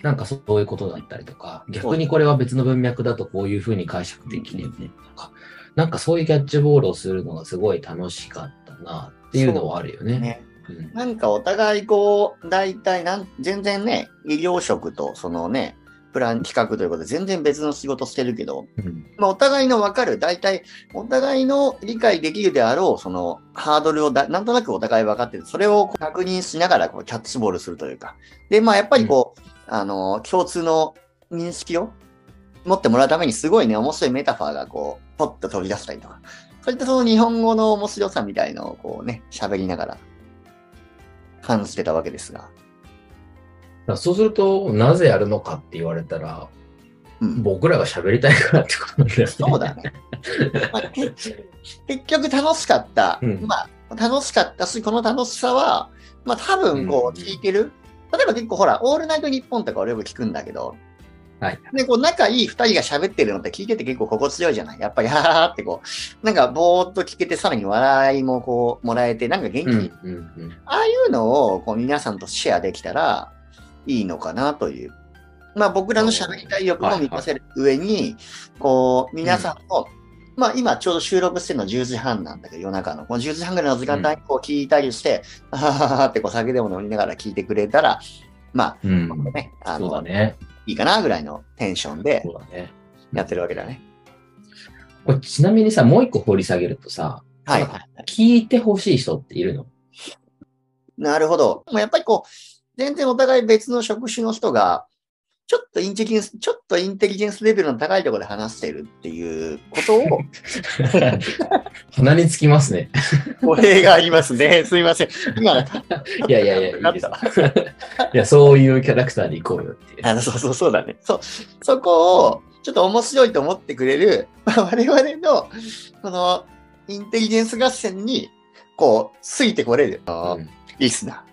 Speaker 2: なんかそういうことだったりとか、逆にこれは別の文脈だとこういうふうに解釈できるよねとか、なんかそういうキャッチボールをするのがすごい楽しかったなっていうのはあるよね。
Speaker 1: ね
Speaker 2: うん
Speaker 1: なんかお互いこう、大体なん、全然ね、医療職とそのね、プラン企画ということで全然別の仕事してるけど、
Speaker 2: うん
Speaker 1: まあ、お互いの分かる、大体、お互いの理解できるであろう、そのハードルをだ、なんとなくお互い分かってる、それをこう確認しながらこうキャッチボールするというか、で、まあ、やっぱりこう、あの、共通の認識を持ってもらうために、すごいね、面白いメタファーがこう、ポッと飛び出したりとか、そういったその日本語の面白さみたいのをこうね、喋りながら、感じてたわけですが。
Speaker 2: だからそうすると、なぜやるのかって言われたら、
Speaker 1: うん、
Speaker 2: 僕らが喋りたいからってことなんだよね。
Speaker 1: そうだね。まあ、け結局楽しかった、
Speaker 2: うん
Speaker 1: まあ楽しかったし、この楽しさは、まあ多分こ
Speaker 2: うん
Speaker 1: う聞いてる。例えば結構ほら、オールナイト日本とか俺よく聞くんだけど、
Speaker 2: はい。
Speaker 1: で、こう仲いい二人が喋ってるのって聞いてて結構心地よいじゃないやっぱり、はははってこう、なんかぼーっと聞けて、さらに笑いもこう、もらえて、なんか元気、
Speaker 2: うんうんうん。
Speaker 1: ああいうのをこう皆さんとシェアできたらいいのかなという。まあ僕らの喋りたい欲も満たせる上に、こう皆さんの、まあ今ちょうど収録してるの10時半なんだけど夜中の、この10時半ぐらいの時間帯にこう聞いたりして、あはははってこう酒でも飲みながら聞いてくれたら、ま
Speaker 2: う
Speaker 1: あ、
Speaker 2: ん。
Speaker 1: ね、あ
Speaker 2: そう
Speaker 1: の、
Speaker 2: だね。
Speaker 1: いいかなぐらいのテンションで
Speaker 2: そうだね。
Speaker 1: やってるわけだね。
Speaker 2: これちなみにさ、もう一個掘り下げるとさ、
Speaker 1: はい
Speaker 2: うん。聞いてほしい人っているの
Speaker 1: なるほど。でもやっぱりこう、全然お互い別の職種の人が、ちょっとインテリジェンス、ちょっとインテリジェンスレベルの高いところで話してるっていうことを、
Speaker 2: 鼻につきますね。
Speaker 1: 語弊がありますね。すみません。今、
Speaker 2: いやいやいや、い
Speaker 1: ないん
Speaker 2: です
Speaker 1: か。
Speaker 2: いや、そういうキャラクターでいこうよっていう。
Speaker 1: あの、そうそうそうだね。そう、そこを、ちょっと面白いと思ってくれる、まあ我々の、この、インテリジェンス合戦に、こう、ついてこれる、
Speaker 2: うん
Speaker 1: リスナ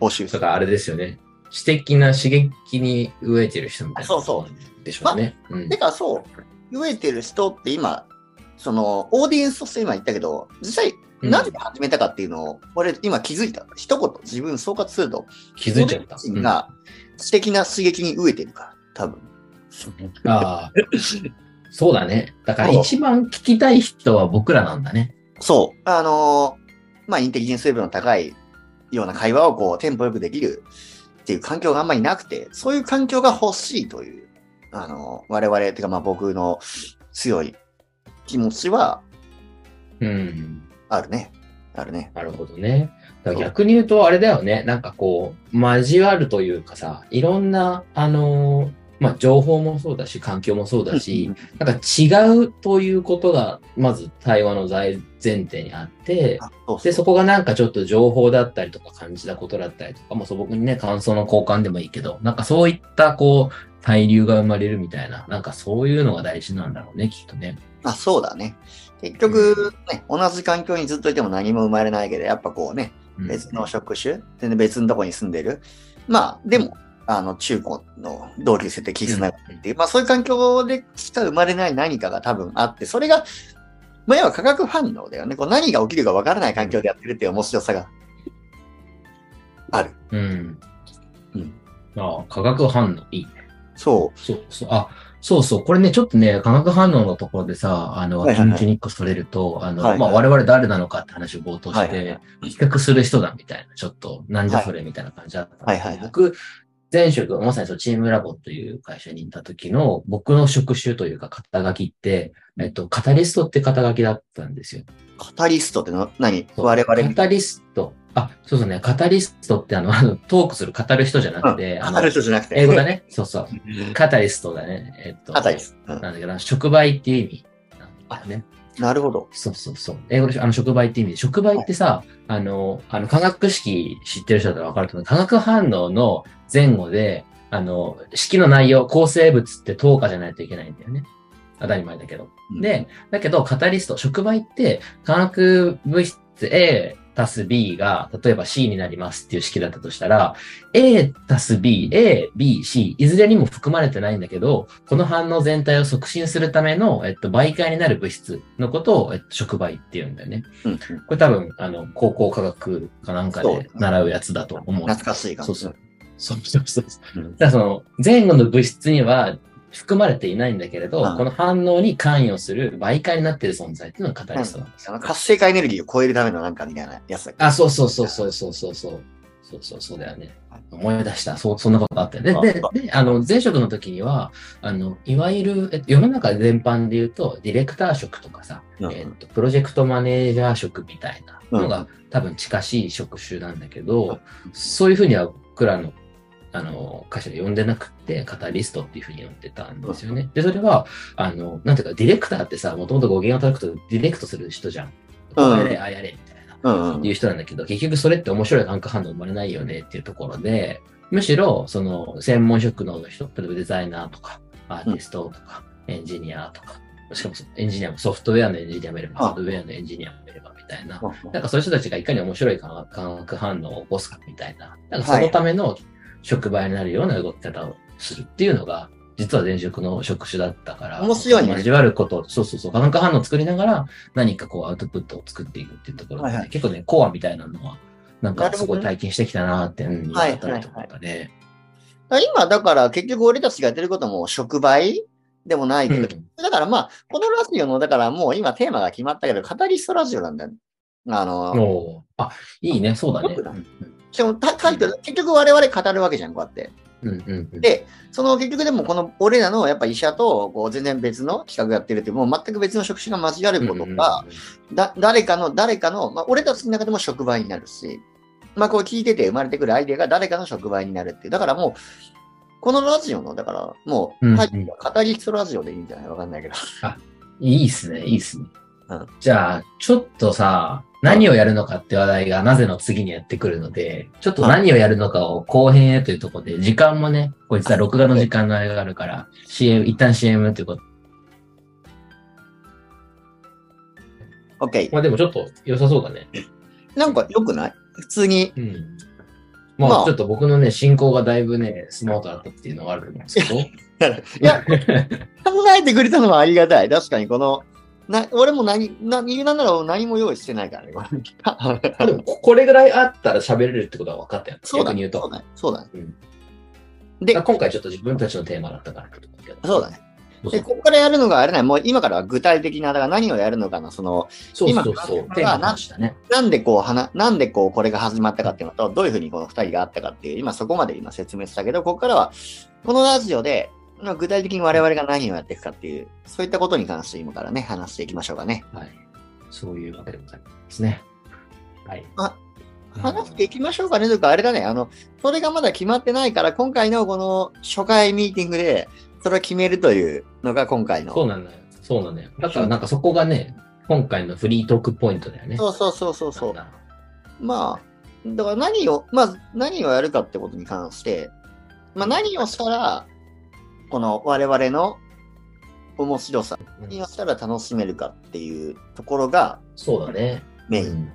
Speaker 1: ー、募集す
Speaker 2: だ
Speaker 1: る。
Speaker 2: からあれですよね。知的な刺激に飢えてる人みたいな。。
Speaker 1: そうそう
Speaker 2: でしょうね。うん
Speaker 1: てかそう、飢えてる人って今、その、オーディエンスとして今言ったけど、実際、
Speaker 2: うん
Speaker 1: なぜ始めたかっていうのを、俺今気づいた。一言、自分総括すると、
Speaker 2: 気づいちゃった。
Speaker 1: 俺
Speaker 2: う
Speaker 1: 自身
Speaker 2: んあ
Speaker 1: が素敵な刺激に飢えてるから、多分。
Speaker 2: あ。そうだね。だから一番聞きたい人は僕らなんだね。
Speaker 1: そう。あのーまあ、インテリジェンスレベルの高いような会話をこう、テンポよくできるっていう環境があんまりなくて、そういう環境が欲しいという、あのー我々、てかまあ僕の強い気持ちは
Speaker 2: うん。
Speaker 1: あるね。あるね。
Speaker 2: なるほどね。だから逆に言うと、あれだよね。なんかこう、交わるというかさ、いろんな、あのーまあ、情報もそうだし、環境もそうだし、なんか違うということが、まず対話の前前提にあって、
Speaker 1: あそうそう
Speaker 2: で、そこがなんかちょっと情報だったりとか感じたことだったりとか、もう素朴にね、感想の交換でもいいけど、なんかそういったこう、対流が生まれるみたいな、なんかそういうのが大事なんだろうね、きっとね。
Speaker 1: あ、そうだね。結局、ね、同じ環境にずっといても何も生まれないけど、やっぱこうね、
Speaker 2: うん
Speaker 1: 別の職種、全然別のとこに住んでるまあ、でも、あの、中古の同級生で絆があるっていう、まあそういう環境でしか生まれない何かが多分あって、それが、まあ要は化学反応だよね。こう何が起きるかわからない環境でやってるっていう面白さがある。
Speaker 2: うん。
Speaker 1: うん。
Speaker 2: ああ、化学反応いいね。
Speaker 1: そ
Speaker 2: そうそう。あ、そうそう。これね、ちょっとね、化学反応のところでさ、あの、
Speaker 1: はいはいはい
Speaker 2: 緊急に1個それると、あの、
Speaker 1: はいはい
Speaker 2: まあ、我々誰なのかって話を冒頭して、
Speaker 1: はいはいは
Speaker 2: 比較する人だみたいな、ちょっと、なんじゃそれみたいな感じだったんだけど、
Speaker 1: はいはいはい
Speaker 2: 僕、前職、まさにそう、チームラボという会社にいた時の、僕の職種というか、肩書きって、えっと、カタリストって肩書きだったんですよ。
Speaker 1: う。カタリストっての何
Speaker 2: そう
Speaker 1: 我々み
Speaker 2: カタリスト。あ、そうそうね、カタリストってあの、あのトークする、語る人じゃなくて、
Speaker 1: カ
Speaker 2: あ
Speaker 1: タ
Speaker 2: の
Speaker 1: リス、トじゃなくて。
Speaker 2: 英語だね。そうそう。
Speaker 1: うん
Speaker 2: カタリストだね。えっと、
Speaker 1: カタリスト。うん
Speaker 2: なんだけど、触媒っていう意味なんだよね。
Speaker 1: なるほど。
Speaker 2: そうそうそう。英語でしょあの触媒って意味で、触媒ってさ、あの、あの化学式知ってる人だったらわかると思う。化学反応の前後で、あの、式の内容、構成物って等価じゃないといけないんだよね。当たり前だけど。
Speaker 1: うん、
Speaker 2: で、だけど、カタリスト、触媒って、化学物質 A たす B が、例えば C になりますっていう式だったとしたら、A たす B、A、B、C、いずれにも含まれてないんだけど、この反応全体を促進するための、えっと、媒介になる物質のことを、えっと、触媒っていうんだよね。
Speaker 1: うんうん懐
Speaker 2: これ多分、あの、高校科学かなんか
Speaker 1: そう
Speaker 2: で習うやつだと思う。
Speaker 1: かしい感
Speaker 2: そ
Speaker 1: じ。
Speaker 2: うそう。そうそうそうそう。
Speaker 1: うん
Speaker 2: だからその前後の物質には含まれていないんだけれど、
Speaker 1: うん
Speaker 2: この反応に関与する媒介になっている存在っていうのがカタリストなんです
Speaker 1: あ
Speaker 2: よ。
Speaker 1: の活性化エネルギーを超えるためのなんかみたいなやつだっけ
Speaker 2: あ、そうそうそうそうそうそうそう。そうそうそうだよね。思い出した。そう、そんなことあったよね。で、で、であの、前職の時には、あの、いわゆる、えっと世の中全般で言うと、ディレクター職とかさ、
Speaker 1: うん
Speaker 2: えっと、プロジェクトマネージャー職みたいなの
Speaker 1: う
Speaker 2: が多分近しい職種なんだけど、
Speaker 1: うん
Speaker 2: そういうふうには僕らのあの会社で呼んでなくて、カタリストっていうふうに呼んでたんですよね。で、それは、あの、なんていうか、ディレクターってさ、もともと語源を叩くとディレクトする人じゃん。こうやれ、ああやれ、みたいな。
Speaker 1: うんうん
Speaker 2: いう人なんだけど、結局それって面白いなんか反応生まれないよねっていうところで、むしろ、その、専門職能の人、例えばデザイナーとか、アーティストとか、エンジニアとか、しかもそエンジニアもソフトウェアのエンジニアもいれば、
Speaker 1: あ
Speaker 2: ハードウェアのエンジニアもいればみたいな、なんかそういう人たちがいかに面白い化学化学反応を起こすかみたいな、なんかそのための触媒になるような動き方をするっていうのが、実は前職の職種だったから、
Speaker 1: 面白いね
Speaker 2: 交わること、そうそうそう、化学反応を作りながら、何かこうアウトプットを作っていくっていうところで、
Speaker 1: はいはい
Speaker 2: 結構ね、コアみたいなのは、なん
Speaker 1: な
Speaker 2: か
Speaker 1: るほ
Speaker 2: す
Speaker 1: ど
Speaker 2: ご
Speaker 1: ね
Speaker 2: い体験してきたなって、うん、
Speaker 1: はい
Speaker 2: 改めて思ったね。
Speaker 1: だから今、だから結局俺たちがやってることも触媒でもないけど、
Speaker 2: うん
Speaker 1: だからまあ、このラジオの、だからもう今テーマが決まったけど、カタリストラジオなんだよね。あの、
Speaker 2: おーあ、いいね、そうだね。
Speaker 1: よく
Speaker 2: う
Speaker 1: なんしかもタタイトル、結局我々語るわけじゃん、こうやって。
Speaker 2: うんうんうん。
Speaker 1: でその結局でもこの俺らのやっぱ医者とこう全然別の企画やってるっていう、もう全く別の職種が交わることが、だ誰かの、誰かの、まあ、俺たちの中でも触媒になるし、まあ、こう聞いてて生まれてくるアイデアが誰かの触媒になるっていう。だからもう、このラジオの、だからも
Speaker 2: うんう
Speaker 1: う、
Speaker 2: ん
Speaker 1: タイトルはカタリストラジオでいいんじゃないわかんないけど。
Speaker 2: いいっすね、いいっすね。
Speaker 1: うん
Speaker 2: じゃあ、ちょっとさ、何をやるのかって話題がなぜの次にやってくるので、ちょっと何をやるのかを後編へというところで、時間もね、こいつは録画の時間のあれがあるから、CM、一旦 CM ということ。
Speaker 1: OK。
Speaker 2: まあでもちょっと良さそうだね。
Speaker 1: なんか良くない普通に。
Speaker 2: うん。
Speaker 1: ま
Speaker 2: ま
Speaker 1: あ
Speaker 2: あちょっと僕のね、進行がだいぶね、スマートだったっていうのがあると思うんですけ ど。
Speaker 1: いや、考えてくれたのはありがたい。確かにこの、な俺も何、何、なんなら何も用意してないからね。こ れ
Speaker 2: あでもここれぐらいあったら喋れるってことは分かったよ。
Speaker 1: そうだ
Speaker 2: 逆に言
Speaker 1: ねそ
Speaker 2: う。と
Speaker 1: う。だね。そうだね。
Speaker 2: うん
Speaker 1: で
Speaker 2: だから今回ちょっと自分たちのテーマだったからってことだけど
Speaker 1: そうだね。
Speaker 2: そうそ
Speaker 1: で、
Speaker 2: う
Speaker 1: ここからやるのがあれない。もう今からは具体的な、だから何をやるのかの、その、
Speaker 2: そうそうそう。
Speaker 1: 今
Speaker 2: テーマの話だね。
Speaker 1: なんでこう、はななんでこう、これが始まったかっていうのと、どういうふうにこの二人があったかっていう、今そこまで今説明したけど、ここからは、このラジオで、まあ具体的に我々が何をやっていくかっていう、そういったことに関して今からね、話していきましょうかね。
Speaker 2: はい。そういうわけでございますね。はい。
Speaker 1: あ
Speaker 2: うん
Speaker 1: 話していきましょうかねというか、あれだね、あの、それがまだ決まってないから、今回のこの初回ミーティングで、それを決めるというのが今回の。
Speaker 2: そうなんだよ。そうなんだよ。だからなんかそこがね、今回のフリートークポイントだよね。
Speaker 1: そうそうそうそうそう。
Speaker 2: なんだ
Speaker 1: まあ、だから何を、まず何をやるかってことに関して、まあ何をしたら、この我々の面白さ、
Speaker 2: うん
Speaker 1: 何をしたら楽しめるかっていうところが
Speaker 2: そうだね。
Speaker 1: メイ
Speaker 2: う
Speaker 1: ン。
Speaker 2: ん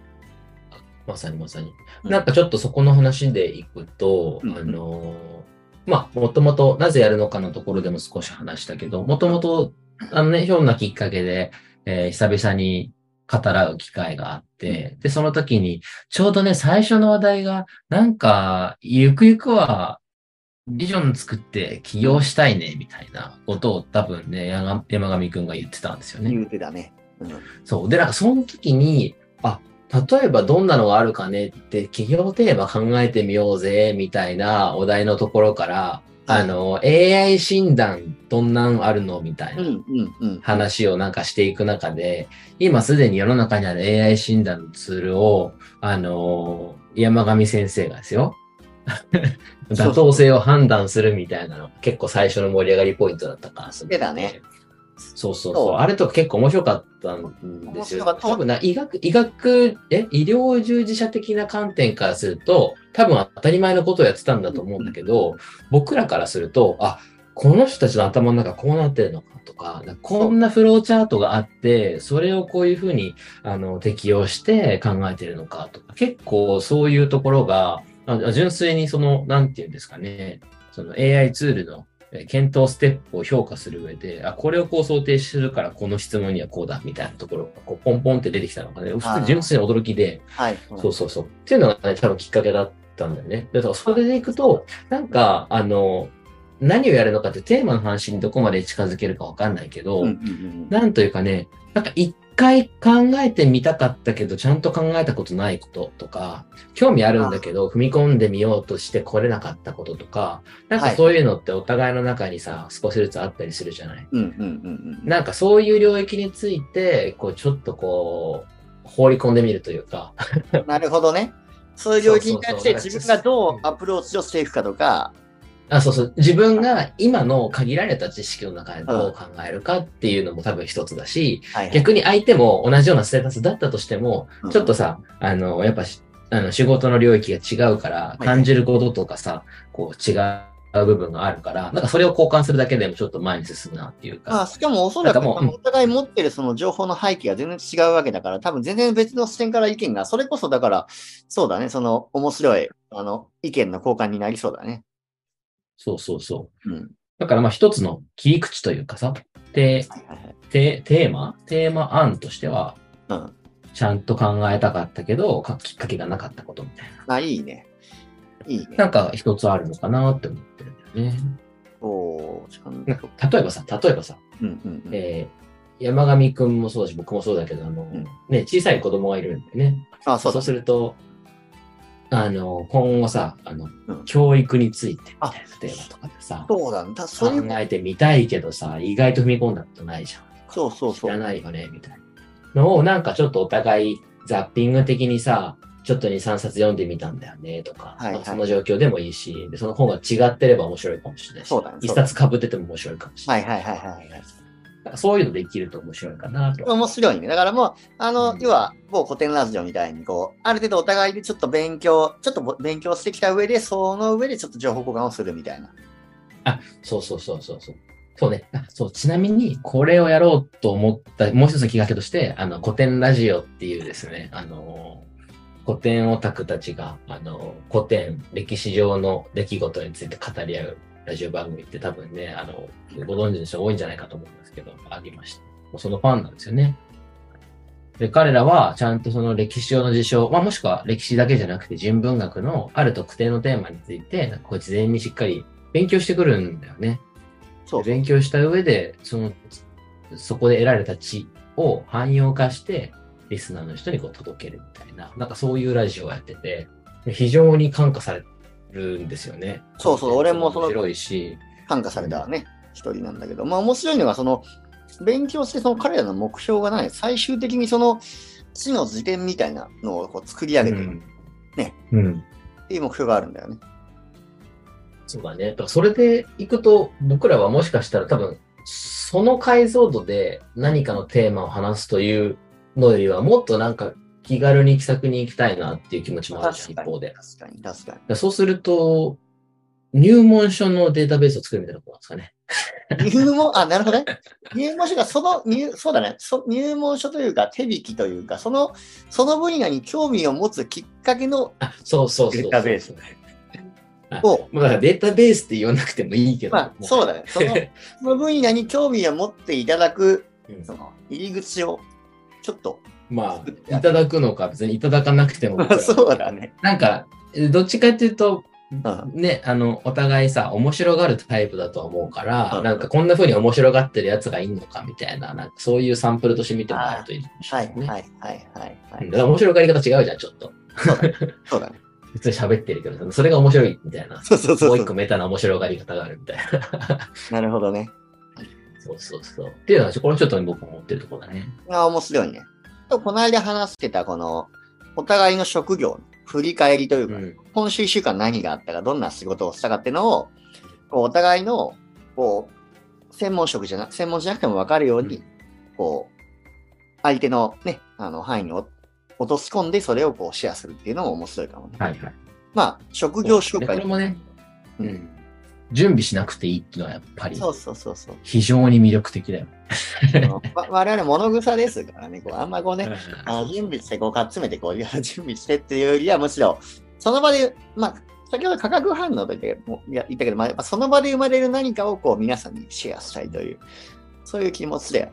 Speaker 2: まさにまさに。
Speaker 1: うん
Speaker 2: なんかちょっとそこの話でいくと、
Speaker 1: うん
Speaker 2: あのーまあ、もともとなぜやるのかのところでも少し話したけど、もともと、あのね、ひょんなきっかけで、えー久々に語らう機会があって、で、その時に、ちょうどね、最初の話題が、なんか、ゆくゆくは、ビジョン作って起業したいね、みたいなことを多分ね、山山上くんが言ってたんですよね。
Speaker 1: 言うてだね。うん。
Speaker 2: そう。で、なんかその時に、あ、例えばどんなのがあるかねって、企業テーマ考えてみようぜ、みたいなお題のところから、あの、AI 診断どんなんあるのみたい
Speaker 1: うんう
Speaker 2: なん
Speaker 1: うん。
Speaker 2: 話をなんかしていく中で、今すでに世の中にある AI 診断のツールを、あの、山上先生がで すよ。妥当性を判断するみたいなのが結構最初の盛り上がりポイントだったからするんで
Speaker 1: そうだね。
Speaker 2: そうそ
Speaker 1: そ
Speaker 2: うそうう。あれとか結構面白かったんですよ。
Speaker 1: 面白かった
Speaker 2: 多分な、医学、医学、え、医療従事者的な観点からすると、多分当たり前のことをやってたんだと思うんだけど、僕らからすると、あ、この人たちの頭の中こうなってるのかとか、なんかこんなフローチャートがあって、それをこういうふうにあの適用して考えてるのかとか、結構そういうところが、あ純粋にその、なんていうんですかね、その AI ツールのえー検討ステップを評価する上で、あ、これをこう想定するから、この質問にはこうだ、みたいなところが、こう、ポンポンって出てきたのがね、普通に純粋に驚きで、
Speaker 1: はい。
Speaker 2: そうそうそう。っていうのがね、多分きっかけだったんだよね。でだからそれでいくと、なんか、あの、何をやるのかってテーマの話にどこまで近づけるかわかんないけど、
Speaker 1: うんうんうん
Speaker 2: なんというかね、なんか一回考えてみたかったけど、ちゃんと考えたことないこととか、興味あるんだけど、踏み込んでみようとしてこれなかったこととか、なんか
Speaker 1: はい
Speaker 2: そういうのってお互いの中にさ、少しずつあったりするじゃない。
Speaker 1: うんうんうんうん。
Speaker 2: なんかそういう領域について、こう、ちょっとこう、放り込んでみるというか、
Speaker 1: なるほどね。そういう領域に対して
Speaker 2: そうそうそう
Speaker 1: 自分がどうアプローチをしていくかとか、
Speaker 2: あ、そうそう。自分が今の限られた知識の中でどう考えるかっていうのも多分一つだし、
Speaker 1: はいはい
Speaker 2: 逆に相手も同じようなステータスだったとしても、
Speaker 1: うん
Speaker 2: ちょっとさ、あの、やっぱし、あの、仕事の領域が違うから、
Speaker 1: い
Speaker 2: 感じることとかさ、こう、違う部分があるから、なんかそれを交換するだけでもちょっと前に進むなっていう
Speaker 1: まあ、
Speaker 2: か、
Speaker 1: しかもおそらく
Speaker 2: なんかもううん
Speaker 1: お互い持ってるその情報の背景が全然違うわけだから、多分全然別の視点から意見が、それこそだから、そうだね、その面白いあの意見の交換になりそうだね。
Speaker 2: そうそうそう。
Speaker 1: うん。
Speaker 2: だからまあ一つの切り口というかさ、で、
Speaker 1: はいはいはい。
Speaker 2: テテーマテーマ案としては、
Speaker 1: うん。
Speaker 2: ちゃんと考えたかったけど、かきっかけがなかったことみたいな。
Speaker 1: まあいいね。いいね。
Speaker 2: なんか一つあるのかなって思ってるんだよね。
Speaker 1: おー、ちゃん
Speaker 2: なん
Speaker 1: と。
Speaker 2: か例えばさ、例えばさ、
Speaker 1: うんうんうん。
Speaker 2: えー山上くんもそうだし、僕もそうだけど、あの、
Speaker 1: ん
Speaker 2: ね、小さい子供がいるんだよね。
Speaker 1: あ、そうだ。
Speaker 2: すると、あの、今後さ、あの、
Speaker 1: うん
Speaker 2: 教育についてみたいなテーマとかでさ、
Speaker 1: そうだ。だ
Speaker 2: 考
Speaker 1: そういう、
Speaker 2: えてみたいけどさ、意外と踏み込んだことないじゃん。
Speaker 1: そうそう
Speaker 2: 知
Speaker 1: そ
Speaker 2: ら
Speaker 1: う。
Speaker 2: ないよね、みたいなのを、なんかちょっとお互いザッピング的にさ、ちょっと2、3冊読んでみたんだよね、とか、
Speaker 1: はいはい
Speaker 2: その状況でもいいし、でその本が違ってれば面白いかもしれないし
Speaker 1: そうだね、
Speaker 2: 一
Speaker 1: そうだね
Speaker 2: 冊かぶってても面白いかもしれ
Speaker 1: は
Speaker 2: ないい。
Speaker 1: はいはいはいはい。
Speaker 2: なんかそういうのできると面白いかなと。
Speaker 1: 面白いね。だからもう、あの、
Speaker 2: うん
Speaker 1: 要は、某古典ラジオみたいに、こう、ある程度お互いでちょっと勉強、ちょっとぼ勉強してきた上で、その上でちょっと情報交換をするみたいな。
Speaker 2: そうそうそうそうそう。そうね。あそう、ちなみに、これをやろうと思った、もう一つのきっかけとして、あの、古典ラジオっていうですね、あのー古典オタクたちが、あのー古典、歴史上の出来事について語り合うラジオ番組って多分ね、あの、ご存知の人多いんじゃないかと思うんですけど、ありました。もうそのファンなんですよね。で、彼らは、ちゃんとその歴史上の事象、まあ、もしくは歴史だけじゃなくて人文学のある特定のテーマについて、なんかこう事前にしっかり勉強してくるんだよね。
Speaker 1: そう。
Speaker 2: 勉強した上でそのそこで得られた知を汎用化してリスナーの人にこう届けるみたいななんかそういうラジオをやってて非常に感化されるんですよね。
Speaker 1: そうそう俺もその
Speaker 2: 面白いし
Speaker 1: 感化されたね、一人なんだけど、まあ面白いのが、その、勉強して、その彼らの目標がない、最終的にその、知の辞典みたいなのをこう作り上げていくね、
Speaker 2: うんうん
Speaker 1: っていう目標があるんだよね。
Speaker 2: そうだね。だからそれでいくと、僕らはもしかしたら多分、その解像度で何かのテーマを話すというのよりは、もっとなんか気軽に気さくに行きたいなっていう気持ちもある
Speaker 1: 確
Speaker 2: し、一
Speaker 1: かに
Speaker 2: 方で。だか
Speaker 1: 確かに、確かに。
Speaker 2: らそうすると、入門書のデータベースを作るみたいなことなんですかね。
Speaker 1: 入門、あ、なるほどね。入門書が、その入、そうだね。そ入門書というか、手引きというか、その、その分野に興味を持つきっかけの
Speaker 2: あ、そうそうそうそう。
Speaker 3: データベース
Speaker 1: を、
Speaker 2: もうだからデータベースって言わなくてもいいけど。
Speaker 1: まあ、そうだね。その、そ の分野に興味を持っていただく、
Speaker 2: うん
Speaker 1: その、入り口を、ちょっと、
Speaker 2: まあ、いただくのか、別にいただかなくても僕 ら。
Speaker 1: そうだね。
Speaker 2: なんか、どっちかっていうと、
Speaker 1: うん
Speaker 2: ね、あの、お互いさ、面白がるタイプだとは思うから、
Speaker 1: うん
Speaker 2: なんかこんな風に面白がってるやつがいいのかみたいな、なんかそういうサンプルとして見てもらうといいかもしれ
Speaker 1: は、
Speaker 2: ないいね。
Speaker 1: はい、はい、はい、は
Speaker 2: うん
Speaker 1: い
Speaker 2: だ。から面白がり方違うじゃん、ちょっと。
Speaker 1: そうだね。
Speaker 2: 普通に喋ってるけど、それが面白いみたいな。
Speaker 1: そうそう
Speaker 2: も
Speaker 1: そううそ
Speaker 2: 一個メタな面白がり方があるみたいな。
Speaker 1: う。なるほどね。
Speaker 2: そうそうそう。っていうのは、これちょっと僕も思ってるところだね。
Speaker 1: あ、面白いね。とこの間話してた、この、お互いの職業の振り返りという
Speaker 2: う
Speaker 1: か、
Speaker 2: ん。
Speaker 1: 今週一週間何があったか、どんな仕事をしたかっていうのを、こうお互いの、こう、専門職じゃな、専門じゃなくても分かるように、
Speaker 2: うん
Speaker 1: こう、相手のね、あの、範囲にお落とし込んで、それをこうシェアするっていうのも面白いかもね。
Speaker 2: はいはい。
Speaker 1: まあ、職業紹
Speaker 2: で
Speaker 1: 介
Speaker 2: これもね、
Speaker 1: う
Speaker 2: うんん。準備しなくていいっていうのはやっぱり、
Speaker 1: そうそうそうそう。
Speaker 2: 非常に魅力的だよ。
Speaker 1: あのわ我々物草ですからね、こうあんまこうね、
Speaker 2: うん
Speaker 1: あ準備して、こう、かっつめて、こう、いや準備してっていうよりは、むしろ、その場で、まあ、先ほど化学反応と言ってもいや言ったけど、まあ、やっぱその場で生まれる何かを、こう、皆さんにシェアしたいという、そういう気持ちで。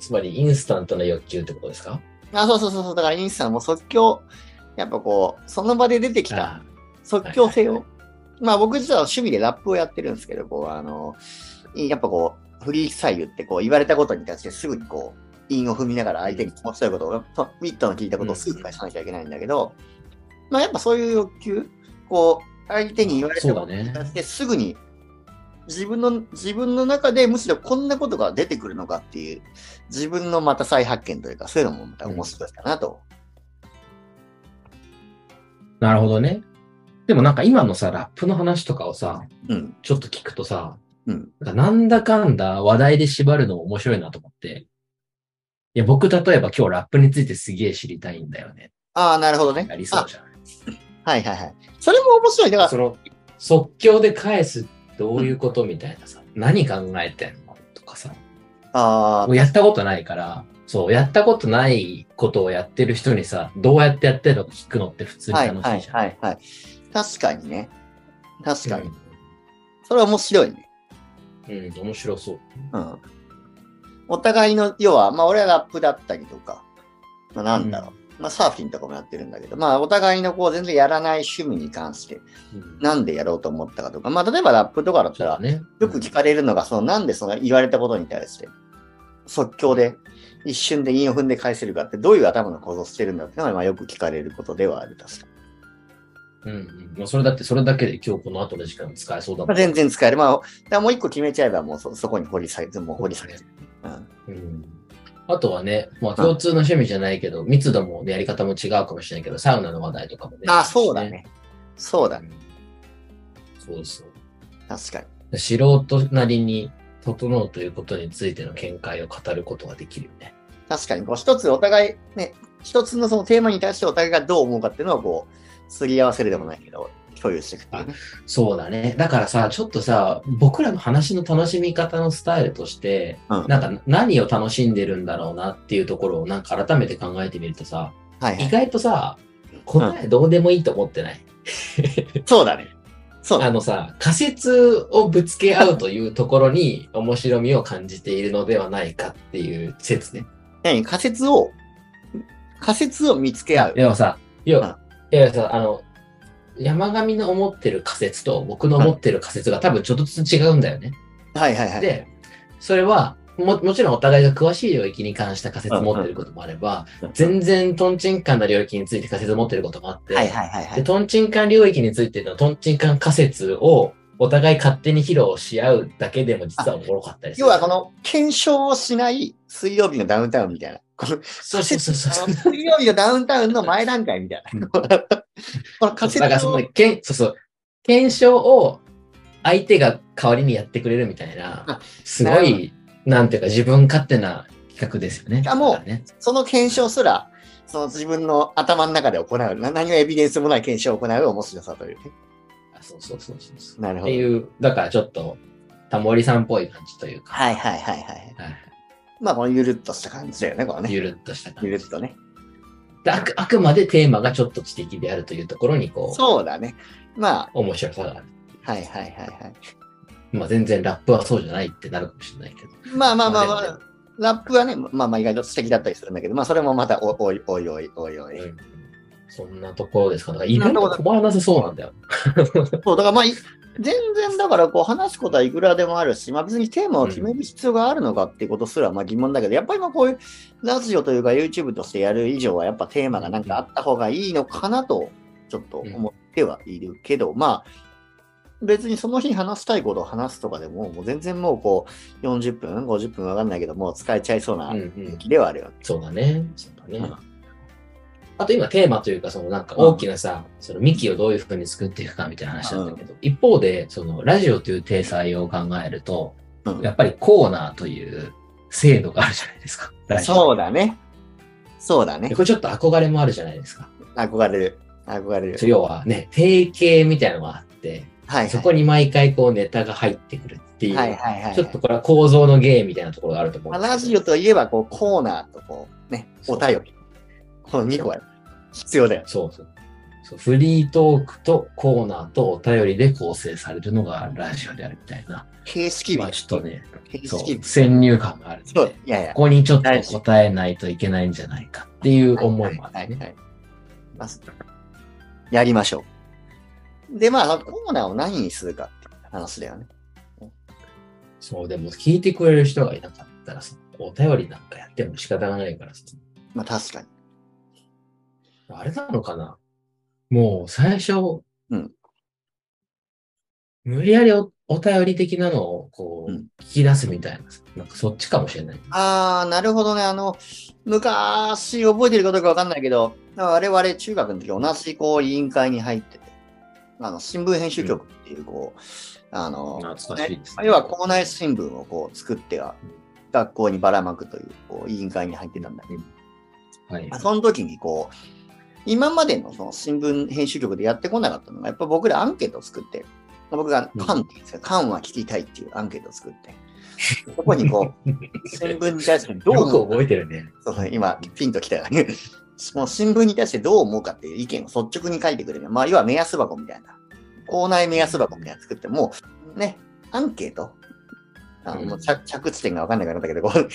Speaker 2: つまり、インスタントの欲求ってことですか
Speaker 1: あ、そうそうそうそう、だから、インスタも即興、やっぱこう、その場で出てきた
Speaker 2: あ
Speaker 1: 即興性を、
Speaker 2: はいは
Speaker 1: まあ、僕実は趣味でラップをやってるんですけど、こう、あの、やっぱこう、フリースタイルって、こう、言われたことに対してすぐにこう、韻を踏みながら相手に面白いことを、とウィットの聞いたことをすぐ返さなきゃいけないんだけど、まあ、やっぱそういう欲求、こう、相手に言われた
Speaker 2: そう
Speaker 1: こ
Speaker 2: だ
Speaker 1: とに
Speaker 2: ね
Speaker 1: 対。してすぐに、自分の、自分の中でむしろこんなことが出てくるのかっていう、自分のまた再発見というか、そういうのもまた面白いかなと。
Speaker 2: なるほどね。でもなんか今のさ、ラップの話とかをさ、
Speaker 1: うん。
Speaker 2: ちょっと聞くとさ、
Speaker 1: うん。
Speaker 2: なんかなんだかんだ話題で縛るのも面白いなと思って。いや、僕、例えば今日ラップについてすげえ知りたいんだよね。
Speaker 1: ああ、なるほどね。
Speaker 2: ありそうじゃない
Speaker 1: あはいはいはい。それも面白い。だから、
Speaker 2: その、即興で返すどういうことみたいなさ、何考えてんのとかさ、
Speaker 1: あ
Speaker 2: もうやったことないから、そう、やったことないことをやってる人にさ、どうやってやってるのか聞くのって普通
Speaker 1: あ、
Speaker 2: に
Speaker 1: はい
Speaker 2: 楽し
Speaker 1: はいい
Speaker 2: じゃん。
Speaker 1: はいはい。確かにね。確かに。
Speaker 2: うん
Speaker 1: それは面白いね。
Speaker 2: うん、面白そう。
Speaker 1: うん。お互いの、要は、まあ俺はラップだったりとか、まあなんだろう。まあサーフィンとかもやってるんだけど、まあお互いのこう全然やらない趣味に関して、
Speaker 2: うん
Speaker 1: なんでやろうと思ったかとか、まあ例えばラップとかだっ
Speaker 2: そ
Speaker 1: た
Speaker 2: う
Speaker 1: ら
Speaker 2: だ、ね。
Speaker 1: よく聞かれるのが、そのなんでその言われたことに対して、即興で一瞬で韻を踏んで返せるかって、どういう頭の構造してるんだっていうのが、まあよく聞かれることではある。確かに
Speaker 2: うんうん。もうそれだって、それだけで今日この後の時間も使えそう
Speaker 1: ま
Speaker 2: だも
Speaker 1: あ、
Speaker 2: ん。
Speaker 1: 全然使える。まあ、だからもう一個決めちゃえば、もうそそこに掘り下げ、もう掘り下げる。うん。
Speaker 2: うんあとはね、まあ共通の趣味じゃないけど、密度もねやり方も違うかもしれないけど、サウナの話題とかもね。
Speaker 1: あ、そうだ。ね。そうだね。
Speaker 2: そうそう。
Speaker 1: 確かに。
Speaker 2: 素人なりに整うということについての見解を語ることができるよね。
Speaker 1: 確かに、こう、一つお互い、ね、一つのそのテーマに対してお互いがどう思うかっていうのを、こう、すり合わせるでもないけど、共有していくっていうね。
Speaker 2: そうだね。だからさ、ちょっとさ、僕らの話の楽しみ方のスタイルとして、
Speaker 1: うん
Speaker 2: なんか何を楽しんでるんだろうなっていうところをなんか改めて考えてみるとさ、
Speaker 1: はい、は
Speaker 2: 意
Speaker 1: い。
Speaker 2: 外とさ、答えどうでもいいと思ってない、
Speaker 1: そうだね。そうだ
Speaker 2: あ
Speaker 1: ね。
Speaker 2: のさ、仮説をぶつけ合うというところに面白みを感じているのではないかっていう説ね。
Speaker 1: 何仮説を、仮説を見つけ合う。
Speaker 2: でもさ、要
Speaker 1: うん
Speaker 2: は、いやさ、あの、山上の思ってる仮説と僕の思ってる仮説が多分ちょっとずつ違うんだよね。
Speaker 1: はいはいはい。
Speaker 2: で、それはも、もちろんお互いが詳しい領域に関した仮説を持ってることもあれば、全然トンチンカンな領域について仮説を持ってることもあって、
Speaker 1: はいはいはいは
Speaker 2: で、
Speaker 1: い。
Speaker 2: トンチンカン領域についてのトンチンカン仮説をお互い勝手に披露し合うだけでも実はおもろかったりする。
Speaker 1: 要はこの検証をしない水曜日のダウンタウンみたいな。この
Speaker 2: そうそうそうそ
Speaker 1: あ
Speaker 2: う
Speaker 1: の。水曜日のダウンタウンの前段階みたいな。この仮
Speaker 2: だから
Speaker 1: 説
Speaker 2: そ
Speaker 1: を
Speaker 2: の、けん、そうそう。検証を相手が代わりにやってくれるみたい
Speaker 1: あ
Speaker 2: な、すご
Speaker 1: なる
Speaker 2: い、なんていうか自分勝手な企画ですよね。
Speaker 1: あもう
Speaker 2: だからね、
Speaker 1: その検証すら、その自分の頭の中で行う、な何のエビデンスもない検証を行う面白さというね。
Speaker 2: そうそうそうそうそう。
Speaker 1: なる
Speaker 2: っ
Speaker 1: ほ
Speaker 2: て
Speaker 1: ど。
Speaker 2: いう、だからちょっと、タモリさんっぽい感じというか、
Speaker 1: はいはいはいはい。
Speaker 2: はい
Speaker 1: まあ、このゆるっとした感じだよね、このね。
Speaker 2: ゆるっとした感
Speaker 1: ゆ
Speaker 2: じ
Speaker 1: るっとね。
Speaker 2: であく。あくまでテーマがちょっと知的であるというところに、こう、
Speaker 1: そうだね。ま
Speaker 2: 面白さがある。
Speaker 1: あ、はいはいはいはい。
Speaker 2: まあ全然ラップはそうじゃないってなるかもしれないけど。
Speaker 1: まあまあまあま
Speaker 2: まあ
Speaker 1: あ、ラップはね、まあまあ意外と素敵だったりするんだけど、まあそれもまたおおいおいおいおいおい。
Speaker 2: うんそんなところですか。だから意外と困らなさそうなんだよ。
Speaker 1: そう、だからまあ、い全然だからこう話すことはいくらでもあるし、まあ別にテーマを決める必要があるのかっていうことすらまあ疑問だけど、やっぱりまあこういうラジオというか YouTube としてやる以上はやっぱテーマがなんかあった方がいいのかなとちょっと思ってはいるけど、まあ別にその日話したいことを話すとかでも、もう全然もうこう40分、50分わかんないけど、もう使えちゃいそうな
Speaker 2: うんうん
Speaker 1: 気ではあるよね。
Speaker 2: そうだね。そうだね。
Speaker 1: うん
Speaker 2: あと今テーマというか、そのなんか大きなさ、その幹をどういうふうに作っていくかみたいな話なんだけど、一方で、そのラジオという体裁を考えると、
Speaker 1: うん
Speaker 2: やっぱりコーナーという制度があるじゃないですか。
Speaker 1: そうだね。そうだね
Speaker 2: で。これちょっと憧れもあるじゃないですか。
Speaker 1: 憧れる。憧れる。
Speaker 2: そう要はね、定型みたいなのがあって、
Speaker 1: はい、はい。
Speaker 2: そこに毎回こうネタが入ってくるっていう、
Speaker 1: はいはいはいはい。
Speaker 2: ちょっとこれは構造の芸みたいなところがあると思う
Speaker 1: まあ
Speaker 2: んです
Speaker 1: ラ
Speaker 2: けど。
Speaker 1: ジオといえばこうコーナーとこうね、
Speaker 2: そう
Speaker 1: お便り。この2個は必要だよ。
Speaker 2: そうそうそう。フリートークとコーナーとお便りで構成されるのがラジオであるみたいな。
Speaker 1: 形式
Speaker 2: まあ
Speaker 1: 美。
Speaker 2: ちょっとね、
Speaker 1: 形
Speaker 2: そ
Speaker 1: 式
Speaker 2: う、
Speaker 1: 美。
Speaker 2: 先入観がある。
Speaker 1: そう、いやいや。
Speaker 2: ここにちょっと答えないといけないんじゃないかっていう思いもあ
Speaker 1: は
Speaker 2: る
Speaker 1: い
Speaker 2: ね。
Speaker 1: はい。まず、やりましょう。で、まあ、コーナーを何にするかっていう話だよね。
Speaker 2: そう、でも聞いてくれる人がいなかったらさ、お便りなんかやっても仕方がないからさ、
Speaker 1: まあ、確かに。
Speaker 2: あれなのかなもう最初、
Speaker 1: うん
Speaker 2: 無理やりおお便り的なのをこう
Speaker 1: うん
Speaker 2: 聞き出すみたいなさ、なんかそっちかもしれない。
Speaker 1: あー、なるほどね。あの、昔覚えてることかわかんないけど、我々中学の時同じこう委員会に入ってて、あの、新聞編集局っていうこう、あの、
Speaker 2: 懐
Speaker 1: かし
Speaker 2: いです
Speaker 1: 要は校内新聞をこう作っては学校にばらまくというこう委員会に入ってたんだけ
Speaker 2: はい
Speaker 1: ど、その時にこう、今までのその新聞編集局でやってこなかったのが、やっぱ僕らアンケートを作って、僕が「カン」って言うんですけど、カンは聞きたいっていうアンケートを作って、そこにこ う、新聞に対してどう
Speaker 2: よく
Speaker 1: 思うか
Speaker 2: 覚えてるね。
Speaker 1: そう今、ピンときたよ ね。もう新聞に対してどう思うかっていう意見を率直に書いてくれる。まあ、要は目安箱みたいな。校内目安箱みたいなの作って、もうね、アンケート。あの
Speaker 2: うん
Speaker 1: もう着着地点が分かんなくなったけど、こうアン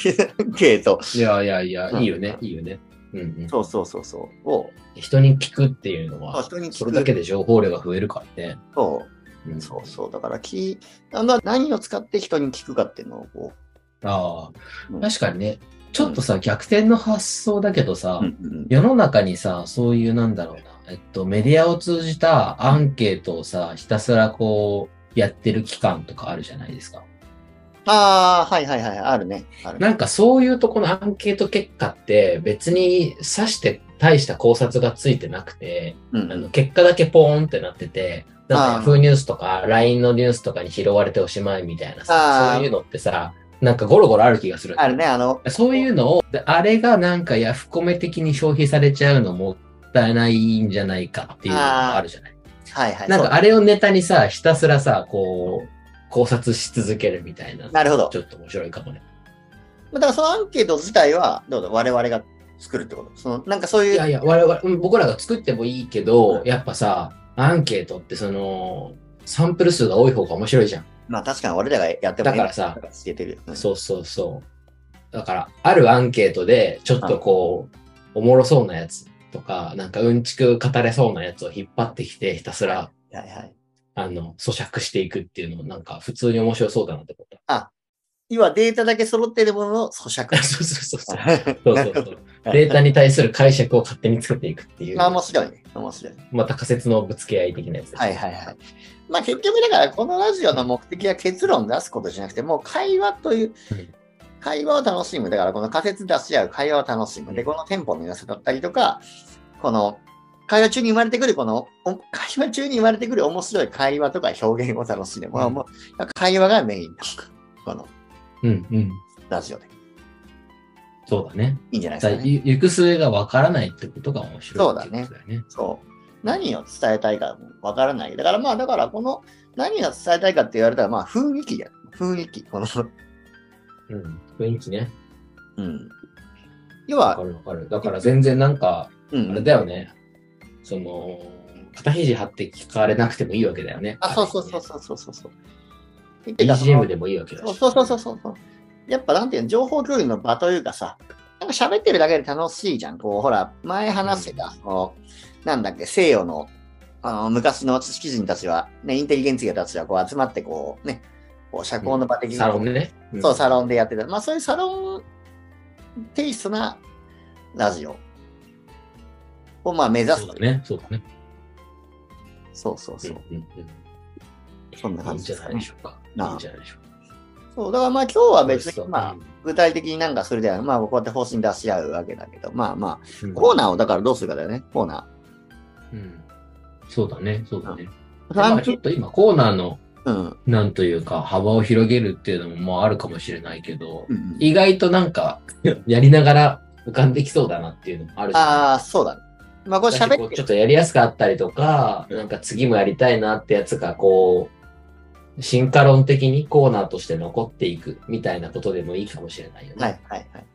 Speaker 1: ケート。
Speaker 2: いやいやいや
Speaker 1: う、ん
Speaker 2: いいよね、いいよね。うんうん、
Speaker 1: そうそうそうそう。を、
Speaker 2: 人に聞くっていうの
Speaker 1: まあ
Speaker 2: は、
Speaker 1: 人に聞
Speaker 2: そ
Speaker 1: く
Speaker 2: れだけで情報量が増えるからね。
Speaker 1: と、
Speaker 2: うん、
Speaker 1: そうそう。だからき、あの何を使って人に聞くかっていうのをこ
Speaker 2: あ
Speaker 1: う
Speaker 2: あ、
Speaker 1: ん
Speaker 2: 確かにね、ちょっとさ、逆転の発想だけどさ、
Speaker 1: う、うんうん
Speaker 2: 世の中にさ、そういうなんだろうな、えっと、メディアを通じたアンケートをさ、ひたすらこう、やってる期間とかあるじゃないですか。
Speaker 1: ああ、はいはいはい、あるね。あるね。
Speaker 2: なんかそういうとこのアンケート結果って、別に指して大した考察がついてなくて、
Speaker 1: うん
Speaker 2: あ
Speaker 1: う
Speaker 2: の
Speaker 1: ん、
Speaker 2: 結果だけポーンってなってて、なん
Speaker 1: あー
Speaker 2: か Yahoo ニュースとか LINE のニュースとかに拾われておしまいみたいなさ
Speaker 1: あ、ー
Speaker 2: そういうのってさ、なんかゴロゴロある気がするんだ
Speaker 1: あ
Speaker 2: よ
Speaker 1: るね、あの、
Speaker 2: そういうのを、であれがなんかヤフコメ的に消費されちゃうのもったいないんじゃないかっていうのがあるじゃない。
Speaker 1: はいはい。
Speaker 2: なん
Speaker 1: そう
Speaker 2: かあれをネタにさ、ひたすらさ、こう、考察し続けるみたいな。
Speaker 1: なるほど
Speaker 2: ちょっと面白いかもね。
Speaker 1: まあだからそのアンケート自体は、どうだ、我々が作るってこと。その、なんかそういう、
Speaker 2: いやいや、我々、うん僕らが作ってもいいけど、
Speaker 1: うん
Speaker 2: やっぱさ、アンケートってその、サンプル数が多い方が面白いじゃん。
Speaker 1: まあ確かに俺らがやっても
Speaker 2: だからさ
Speaker 1: 教えてるよ。うん
Speaker 2: そうそうそう。だから、あるアンケートで、ちょっとこう、おもろそうなやつとか、なんかうんちく語れそうなやつを引っ張ってきて、ひたすら、
Speaker 1: はいはい。
Speaker 2: あの、咀嚼していくっていうのを、なんか普通に面白そうだなってこと。。
Speaker 1: 要はデータだけ揃っているものの咀嚼
Speaker 2: そうそうそうそう。そう
Speaker 1: なるほ
Speaker 2: そう
Speaker 1: ど
Speaker 2: そう。データに対する解釈を勝手に作っていくっていう
Speaker 1: まあ、面白いね。面白い。
Speaker 2: また仮説のぶつけ合い的なやつ。
Speaker 1: はいはいはい。。まあ結局だからこのラジオの目的は結論出すことじゃなくて、もう会話という
Speaker 2: うん、
Speaker 1: 会話を楽しむ。だからこの仮説出し合う会話を楽しむ。
Speaker 2: う
Speaker 1: で、
Speaker 2: ん
Speaker 1: このテンポの良さだったりとか、この会話中に生まれてくる、この、お会話中に生まれてくる面白い会話とか表現を楽しんで、まあもう、会話がメインだ。この
Speaker 2: うんうん。
Speaker 1: ラジオで。
Speaker 2: そうだね。
Speaker 1: いいんじゃないです
Speaker 2: だ
Speaker 1: かね。
Speaker 2: ゆ行く末がわからないってことが面白いっていうことだよね。
Speaker 1: そう。何を伝えたいかわからない。だからまあ、だからこの何が伝えたいかって言われたら、まあ雰囲気だよ。雰囲気。この、
Speaker 2: うん。雰囲気ね。
Speaker 1: うん。要
Speaker 2: わ
Speaker 1: は
Speaker 2: か、るわかる。だから全然なんか、
Speaker 1: うん
Speaker 2: あれだよね。その、肩肘張って聞かれなくてもいいわけだよね。
Speaker 1: あ、そうそうそうそうそうそうそう。てかその
Speaker 2: BGM でもいいわけだし。
Speaker 1: そうそうそうそうそう。やっぱなんていうの、情報共有の場というかさ、なんか喋ってるだけで楽しいじゃん。こう、ほら、前話してた、そのなんだっけ、西洋の、あの、昔の知識人たちは、ね、インテリゲンツィアたちは、こう、集まって、こう、ね、こう、社交の場的に、
Speaker 2: サロンでね。ん
Speaker 1: そう、サロンでやってた。まあ、そういうサロンテイストなラジオを、まあ、目指す
Speaker 2: そうだ。ね。そうだね。
Speaker 1: そうそうそう。
Speaker 2: うんうんうん
Speaker 1: そんない
Speaker 2: いん
Speaker 1: 感じ
Speaker 2: じ
Speaker 1: で
Speaker 2: ゃ
Speaker 1: す
Speaker 2: な
Speaker 1: か
Speaker 2: いで
Speaker 1: ね
Speaker 2: し。ょうか。
Speaker 1: ない
Speaker 2: いんじゃないでしょうか。
Speaker 1: そう、だからまあ、今日は別
Speaker 2: そう
Speaker 1: に、
Speaker 2: そう
Speaker 1: まあ、、具体的になんかするではなく、まあ、こうやって方針出し合うわけだけど、まあまあ、
Speaker 2: うん
Speaker 1: コーナーをだからどうするかだよね、コーナ
Speaker 2: うんそうだね、そうだね。
Speaker 1: ー。
Speaker 2: まあちょっと今コーナーの、
Speaker 1: うん。
Speaker 2: なんというか、幅を広げるっていうのもまああるかもしれないけど、
Speaker 1: うん、
Speaker 2: 意外となんか、やりながら浮かんできそうだなっていうのもあるし。
Speaker 1: ああ、そうだね。まあ、これ
Speaker 2: だしこ
Speaker 1: 喋
Speaker 2: う
Speaker 1: って
Speaker 2: ちょっとやりやすかったりとか、なんか次もやりたいなってやつが、こう、進化論的にコーナーとして残っていくみたいなことでもいいかもしれないよね。
Speaker 1: はい、はい、はい。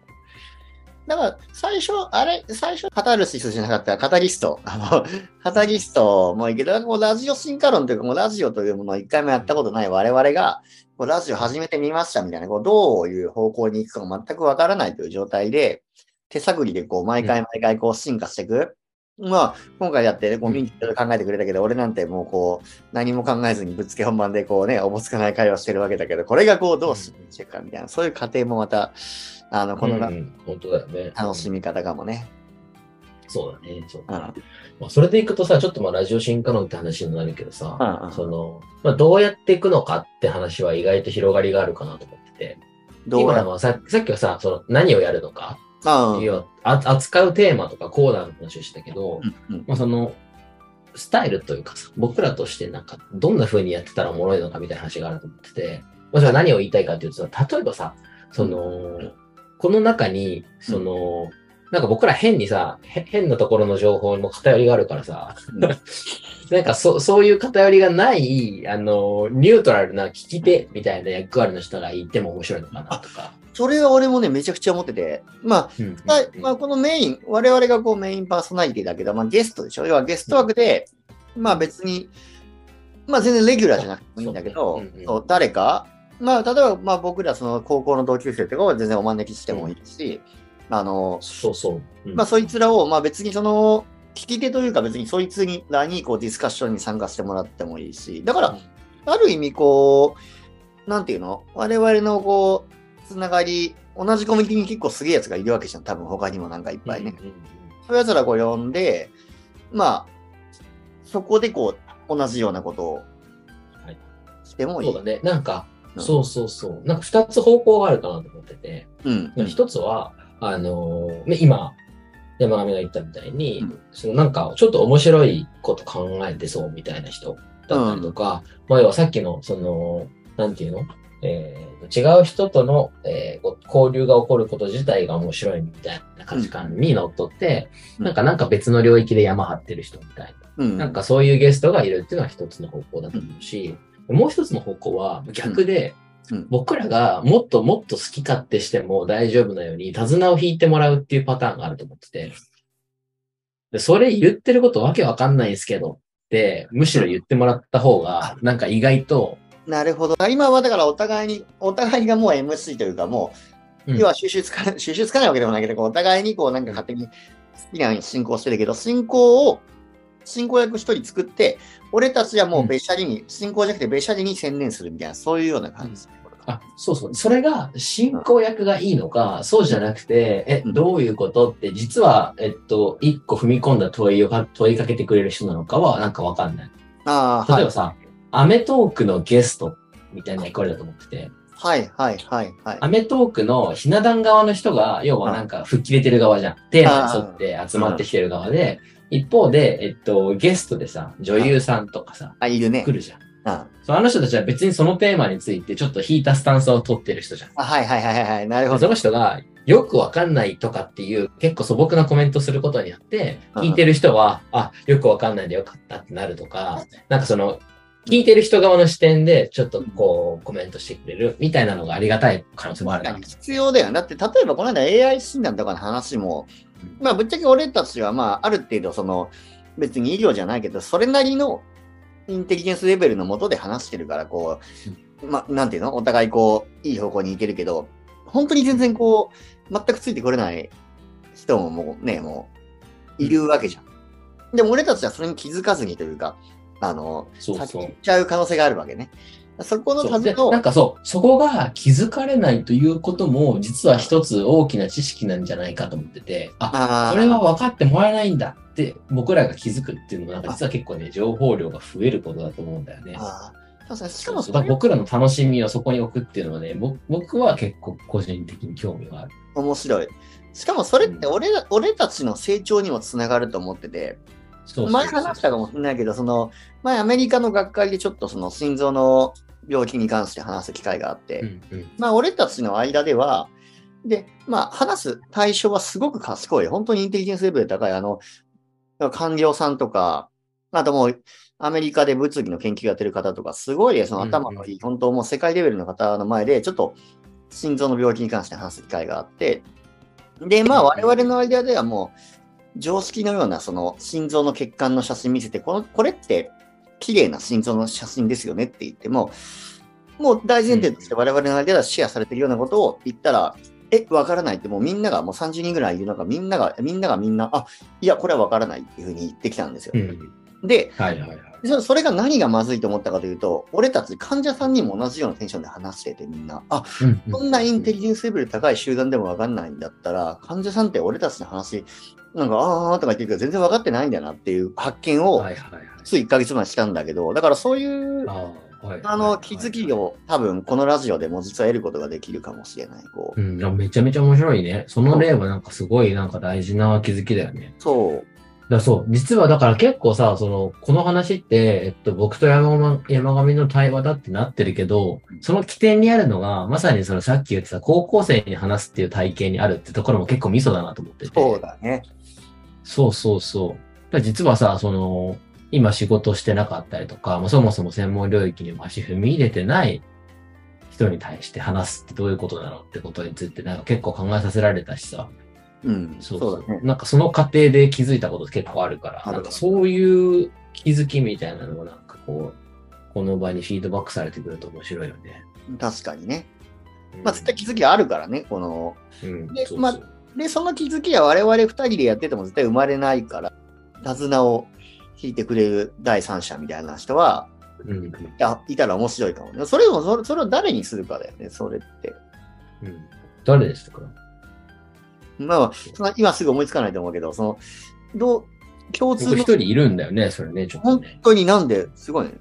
Speaker 1: だから、最初、あれ、最初、カタルシスじゃなかったら、カタリスト。 あの、カタリストもいいけど、こうラジオ進化論というか、もうラジオというものを一回もやったことない我々が、こうラジオ始めてみましたみたいな、こうどういう方向に行くかも全くわからないという状態で、手探りでこう、毎回毎回こう進化していく。まあ、今回やってね、こう、
Speaker 2: うん
Speaker 1: ミンキいろいろ考えてくれたけど、俺なんてもうこう、何も考えずにぶっつけ本番でこうね、おぼつかない会話してるわけだけど、これがこう、どう進化していくかみたいな、そういう過程もまた、あの、このラ
Speaker 2: うんうん本当だよね。
Speaker 1: 楽しみ方かもね。
Speaker 2: そうだね。そう
Speaker 1: うん。う
Speaker 2: だ
Speaker 1: ん
Speaker 2: ねまあ、それでいくとさ、ちょっとまあラジオ進化論って話になるけどさ、
Speaker 1: うん
Speaker 2: その、まあ、どうやっていくのかって話は意外と広がりがあるかなと思ってて、
Speaker 1: どう
Speaker 2: 今
Speaker 1: や
Speaker 2: のはささっきはさ、その何をやるのか、
Speaker 1: うんうん
Speaker 2: 要はあ扱うテーマとかコーナーの話をしたけど、
Speaker 1: うん
Speaker 2: まあ、その、スタイルというかさ、僕らとしてなんか、どんな風にやってたらおもろいのかみたいな話があると思ってて、まあ、それは何を言いたいかっていうとさ、例えばさ、その、この中に、その、なんか僕ら変にさ、へ変なところの情報にも偏りがあるからさ、 なんかそそういう偏りがない、あの、ニュートラルな聞き手みたいな役割の人がいても面白いのかなとか。
Speaker 1: それは俺もね、めちゃくちゃ思ってて。まあ、
Speaker 2: うん
Speaker 1: まあまあ、このメイン、我々がこうメインパーソナリティだけど、まあゲストでしょ要はゲスト枠で、まあ別に、まあ全然レギュラーじゃなくてもいいんだけど、
Speaker 2: そうねうんうん
Speaker 1: そう誰か、まあ例えばまあ僕らその高校の同級生とかは全然お招きしてもいいし、あの、
Speaker 2: そうそう。うん
Speaker 1: まあそいつらを、まあ別にその、聞き手というか別にそいつらにこうディスカッションに参加してもらってもいいし、だから、ある意味こう、なんていうの我々のこう、つながり、同じコミュニティに結構すげえやつがいるわけじゃん。多分他にもなんかいっぱいね。
Speaker 2: うんうんうん
Speaker 1: そういうやつらこう呼んで、まあ、そこでこう、同じようなことを
Speaker 2: はい
Speaker 1: してもいい。
Speaker 2: そうだね。なんか、
Speaker 1: うん
Speaker 2: そうそうそう。なんか二つ方向があるかなと思ってて、
Speaker 1: うん。うん。
Speaker 2: 一つは、あのーね今、山上が言ったみたいに、
Speaker 1: うん
Speaker 2: そのなんかちょっと面白いこと考えてそうみたいな人だったりとか、まあ要はさっきの、その、なんていうのえー違う人との、えーこ交流が起こること自体が面白いみたいな価値観にのっとって、
Speaker 1: うん
Speaker 2: なんかなんか別の領域で山張ってる人みたいな。
Speaker 1: うん。
Speaker 2: なんかそういうゲストがいるっていうのは一つの方向だと思うし、もう一つの方向は逆で、
Speaker 1: うんうん
Speaker 2: 僕らがもっともっと好き勝手しても大丈夫なように手綱を引いてもらうっていうパターンがあると思ってて、でそれ言ってることわけわかんないですけどって、むしろ言ってもらった方が、なんか意外と、
Speaker 1: なるほど。今はだからお互いに、お互いがもう MC というかもう、
Speaker 2: うん
Speaker 1: 要は収集つかない、 収集つかないわけでもないけど、こうお互いにこうなんか勝手に好きなように進行してるけど、進行を、進行役一人作って、俺たちはもうべしゃりに、進行じゃなくてべしゃりに専念するみたいな、そういうような感じ。
Speaker 2: あ、そうそう。それが進行役がいいのか、そうじゃなくて、え、
Speaker 1: うん
Speaker 2: どういうことって、実は、えっと、一個踏み込んだ問いをか、問いかけてくれる人なのかは、なんかわかんない。
Speaker 1: ああ、は
Speaker 2: 例
Speaker 1: い
Speaker 2: えば。さ、アメトーークのゲストみたいな役割だと思ってて、
Speaker 1: はい、はい、はい、はい。
Speaker 2: アメトーークのひな壇側の人が、要はなんか吹っ切れてる側じゃん。テーマに沿って集まってきてる側で、一方で、えっと、ゲストでさ、女優さんとかさ、
Speaker 1: あ、いるね
Speaker 2: 来。るじゃん。
Speaker 1: あ
Speaker 2: そうあの人たちは別にそのテーマについてちょっと引いたスタンスを取ってる人じゃん。
Speaker 1: あはいはいはいはいはい。なるほ
Speaker 2: そ
Speaker 1: ど。
Speaker 2: の人がよくわかんないとかっていう結構素朴なコメントすることによって、
Speaker 1: うん
Speaker 2: 聞いてる人は、あ、よくわかんないでよかったってなるとか、なんかその、聞いてる人側の視点でちょっとこうコメントしてくれるみたいなのがありがたい可能性もあるな。
Speaker 1: 必要だよね。だって、例えばこの間 AI 診断とかの話も、まあ、ぶっちゃけ俺たちは、まあ、ある程度、その、別に医療じゃないけど、それなりのインテリジェンスレベルのもとで話してるから、こう、まあ、なんていうのお互い、こう、いい方向に行けるけど、本当に全然こう、全くついてこれない人ももうね、もう、いるわけじゃん。でも俺たちはそれに気づかずにというか、あの、
Speaker 2: そう
Speaker 1: 先
Speaker 2: そ
Speaker 1: 行
Speaker 2: う
Speaker 1: っ。ちゃう可能性があるわけね。そこの
Speaker 2: そう
Speaker 1: 数
Speaker 2: で
Speaker 1: と、
Speaker 2: なんかそう、そこが気づかれないということも、実は一つ大きな知識なんじゃないかと思ってて、
Speaker 1: あ
Speaker 2: あ、
Speaker 1: ー
Speaker 2: それは分かってもらえないんだって、僕らが気づくっていうのは、なんか実は結構ね、情報量が増えることだと思うんだよね。
Speaker 1: ああ、確かに。しか
Speaker 2: そ
Speaker 1: も
Speaker 2: うそ
Speaker 1: そう
Speaker 2: だ
Speaker 1: れ
Speaker 2: から僕らの楽しみをそこに置くっていうのはね、ぼ僕は結構個人的に興味がある。
Speaker 1: 面白い。しかもそれって俺,、俺たちの成長にもつながると思ってて、
Speaker 2: そうそうそう
Speaker 1: 前話したかもしれないけど、その前アメリカの学会でちょっとその心臓の病気に関して話す機会があって、
Speaker 2: うんうん
Speaker 1: まあ俺たちの間では、で、まあ話す対象はすごく賢い、本当にインテリジェンスレベル高い、あの、官僚さんとか、あともうアメリカで物理の研究やってる方とか、すごいその頭のいい、本当もう世界レベルの方の前で、ちょっと心臓の病気に関して話す機会があって、で、まあ我々の間ではもう常識のようなその心臓の血管の写真見せて、このこれって綺麗な心臓の写真ですよねって言っても、もう大前提として我々の間ではシェアされてるようなことを言ったら、え、わからないってもうみんなが、もう30人ぐらいいる中、みんなが、みんながみんな、あ、いや、これはわからないっていうふうに言ってきたんですよ
Speaker 2: う。ん
Speaker 1: で、
Speaker 2: はいはいはい。
Speaker 1: そそれが何がまずいと思ったかというと、俺たち患者さんにも同じようなテンションで話しててみんな、あ、
Speaker 2: うんうん
Speaker 1: こんなインテリジェンスレベル高い集団でもわかんないんだったら、患者さんって俺たちの話、なんか、あーあーとか言ってるけど、全然わかってないんだなっていう発見を
Speaker 2: は、いはいはい。
Speaker 1: つい1ヶ月前にしたんだけど、だからそういう
Speaker 2: あーはい
Speaker 1: あの、気づきを多分このラジオでも実は得ることができるかもしれない。こう
Speaker 2: うん、いやめちゃめちゃ面白いね。その例はなんかすごいなんか大事な気づきだよね。
Speaker 1: そう。
Speaker 2: だからそう、実はだから結構さ、その、この話って、えっと、僕と山ま山上の対話だってなってるけど、その起点にあるのが、まさにそのさっき言ってた高校生に話すっていう体系にあるってところも結構ミソだなと思ってて。
Speaker 1: そうだね。
Speaker 2: そうそうそう。だから実はさ、その、今仕事してなかったりとか、まあ、そもそも専門領域にも足踏み入れてない人に対して話すってどういうことなのってことについて、なんか結構考えさせられたしさ、
Speaker 1: うん。
Speaker 2: そ
Speaker 1: そうう
Speaker 2: そう
Speaker 1: だね。
Speaker 2: なんかその過程で気づいたこと結構あるから、
Speaker 1: ある
Speaker 2: なんかそういう気づきみたいなのもなんかこう、この場にフィードバックされてくると面白いよね。
Speaker 1: 確かにね。
Speaker 2: うん
Speaker 1: まあ、絶対気づきがあるからね、この。
Speaker 2: うん、
Speaker 1: で
Speaker 2: そうそう
Speaker 1: まあで、その気づきは我々二人でやってても絶対生まれないから、手綱を引いてくれる第三者みたいな人は、
Speaker 2: うんうん
Speaker 1: いやいたら面白いかもね。それを、それそれを誰にするかだよね、それって。
Speaker 2: うん誰ですか
Speaker 1: まあ、その今すぐ思いつかないと思うけど、その、どう、共通
Speaker 2: 僕
Speaker 1: の
Speaker 2: 一人いるんだよね、それね、ちょっと
Speaker 1: 本
Speaker 2: ね。
Speaker 1: 当になんで、すごいね。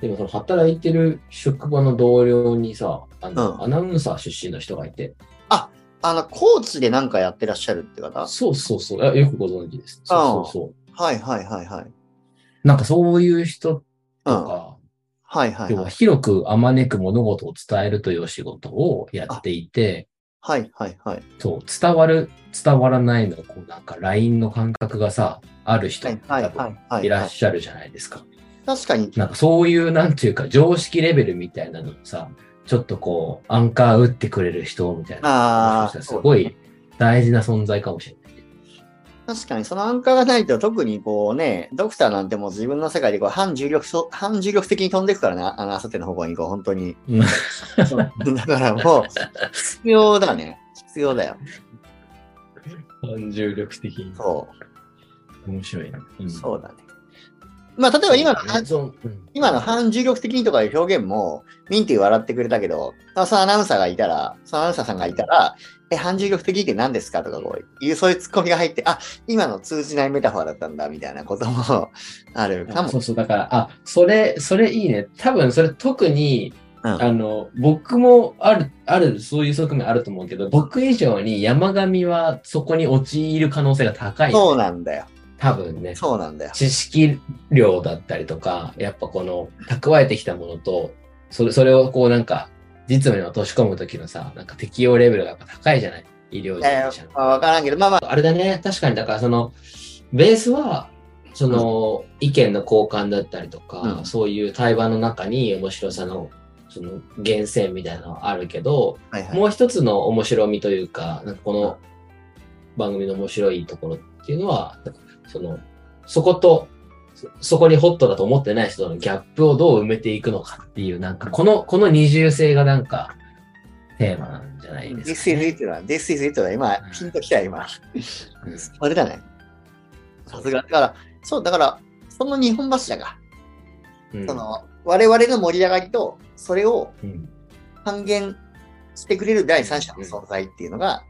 Speaker 2: でもその働いてる職場の同僚にさ、あの、
Speaker 1: うん
Speaker 2: アナウンサー出身の人がいて、
Speaker 1: あの、コーチでなんかやってらっしゃるって方は
Speaker 2: そうそうそう、あよくご存知です。そうそうそう。
Speaker 1: いはいはいはい。
Speaker 2: なんかそういう人と
Speaker 1: うん。
Speaker 2: か、
Speaker 1: はいはい
Speaker 2: 要
Speaker 1: は。
Speaker 2: はい広くあまねく物事を伝えるという仕事をやっていて、
Speaker 1: はいはいはい。
Speaker 2: そう、伝わる、伝わらないの、こうなんか LINE の感覚がさ、ある人
Speaker 1: は
Speaker 2: って
Speaker 1: いはい
Speaker 2: 多
Speaker 1: は
Speaker 2: 分
Speaker 1: いはい。
Speaker 2: いらっしゃるじゃないですか。
Speaker 1: 確かに、
Speaker 2: なんかそういう、なんていうか、常識レベルみたいなのをさ、ちょっとこう、アンカー打ってくれる人みたいな。
Speaker 1: あー
Speaker 2: すごい大事な存在かもしれないね。
Speaker 1: 確かにそのアンカーがないと特にこうね、ドクターなんてもう自分の世界でこう反重力そ、反重力的に飛んでいくからね、あの、あさっての方向にこう、本当 に。
Speaker 2: うん
Speaker 1: そうだからもう、必要だね。必要だよ。
Speaker 2: 感重力的に
Speaker 1: そ
Speaker 2: 面白いな。うん
Speaker 1: う、そうだね。まあ、例えば今の、
Speaker 2: そうねそううん
Speaker 1: 今の反重力的にとかいう表現も、ミンティ笑ってくれたけど、あそのアナウンサーがいたら、そのアナウンサーさんがいたら、え、反重力的って何ですかとかこういう、そういうツッコミが入って、あ、今の通じないメタファーだったんだ、みたいなことも あるか
Speaker 2: あ
Speaker 1: も。
Speaker 2: そうそう、だから、あ、それ、それいいね。多分、それ特に、
Speaker 1: うん
Speaker 2: あの、僕もある、ある、そういう側面あると思うけど、僕以上に山上はそこに陥る可能性が高い。
Speaker 1: そうなんだよ。
Speaker 2: 多分ね、
Speaker 1: そうなんだよ。
Speaker 2: 知識量だったりとか、やっぱこの蓄えてきたものと、それそれをこうなんか、実務に落とし込むときのさ、なんか適用レベルがやっぱ高いじゃない医療従
Speaker 1: え
Speaker 2: 事者の
Speaker 1: ー、。まあ、わからんけど、まあまあ、
Speaker 2: あれだね、確かに、だからその、ベースは、その、意見の交換だったりとか、
Speaker 1: うん
Speaker 2: そういう対話の中に面白さの、その、源泉みたいなのはあるけど、
Speaker 1: はいはい。
Speaker 2: もう一つの面白みというか、なんかこの番組の面白いところっていうのは、その、そこと、そそこにホットだと思ってない人とのギャップをどう埋めていくのかっていう、なんか、この、この二重性がなんか、テーマなんじゃないです
Speaker 1: This
Speaker 2: か、
Speaker 1: is
Speaker 2: ね。
Speaker 1: it だ。This is it だ。今、ピンときたよ、今。
Speaker 2: うん
Speaker 1: あれだね。さすが。だから、そう、だから、その日本柱が、
Speaker 2: うん
Speaker 1: その、我々の盛り上がりと、それを
Speaker 2: うん
Speaker 1: 還元してくれる第三者の存在っていうのが、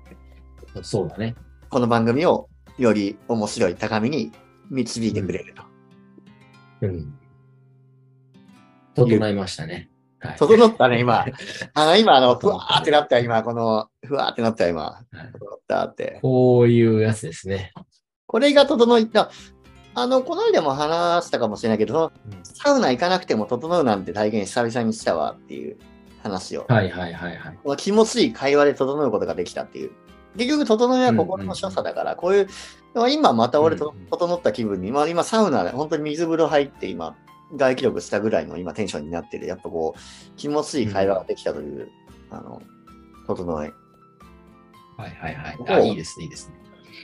Speaker 2: そうだね。
Speaker 1: この番組をより面白い高みに導いてくれると。
Speaker 2: うん。整いましたね。はい。
Speaker 1: 整ったね、 今。あの、今、あの、ふわーってなったよ、今、この、ふわーってなったよ、今。
Speaker 2: はい
Speaker 1: 整ったって。
Speaker 2: こういうやつですね。
Speaker 1: これが整いた。あの、この間も話したかもしれないけど、その
Speaker 2: うん
Speaker 1: サウナ行かなくても整うなんて体験久々にしたわっていう話を。
Speaker 2: はいはいはいはい。
Speaker 1: この気持ちいい会話で整うことができたっていう。結局、整いは心の所作だから、こういう、今また俺と
Speaker 2: うんうん
Speaker 1: 整った気分に、まあ今サウナで本当に水風呂入って今、外気力したぐらいの今テンションになってる。やっぱこう、気持ちいい会話ができたという、あの、整い、
Speaker 2: はいはいはい。
Speaker 1: お
Speaker 2: あ、
Speaker 1: う
Speaker 2: いいですね、いいですね。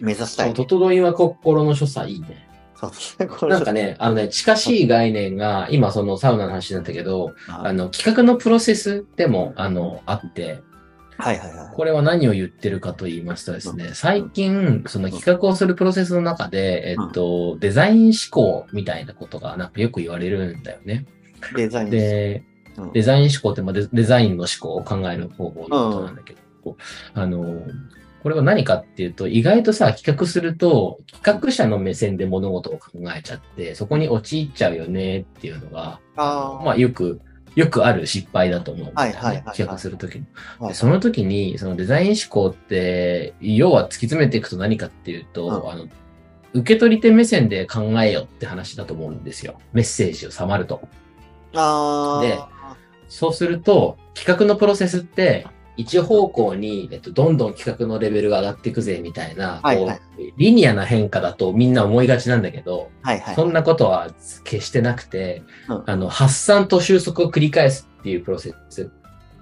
Speaker 1: 目指した
Speaker 2: そう、
Speaker 1: い。
Speaker 2: 整いは心の所作いいね。
Speaker 1: そう、 これ
Speaker 2: なんかね、あのね、近しい概念が、今そのサウナの話になったけど、あ
Speaker 1: はい
Speaker 2: の、企画のプロセスでも、あの、あって、
Speaker 1: はいはい。
Speaker 2: これは何を言ってるかと言いますとですね、最近、その企画をするプロセスの中で、えっと、デザイン思考みたいなことが、なんかよく言われるんだよね。
Speaker 1: デザインす。
Speaker 2: で、
Speaker 1: うん
Speaker 2: デザイン思考ってまあデデザインの思考を考える方法のことなんだけど、あの、これは何かっていうと、意外とさ、企画すると、企画者の目線で物事を考えちゃって、そこに陥っちゃうよねっていうのが、
Speaker 1: あー
Speaker 2: まあよく、よくある失敗だと思うんだよね
Speaker 1: はいはいはいはい
Speaker 2: 企画するときに。
Speaker 1: は
Speaker 2: で
Speaker 1: い
Speaker 2: その時に、そのデザイン思考って、要は突き詰めていくと何かっていうと、
Speaker 1: うん
Speaker 2: あの、受け取り手目線で考えよって話だと思うんですよ。メッセージをさまると。
Speaker 1: あー
Speaker 2: でそうすると、企画のプロセスって、一方向に、えっと、どんどん企画のレベルが上がっていくぜ、みたいな、
Speaker 1: はいはい
Speaker 2: こう、リニアな変化だとみんな思いがちなんだけど、
Speaker 1: はいはい。
Speaker 2: そんなことは決してなくて、
Speaker 1: うん
Speaker 2: あの、発散と収束を繰り返すっていうプロセス。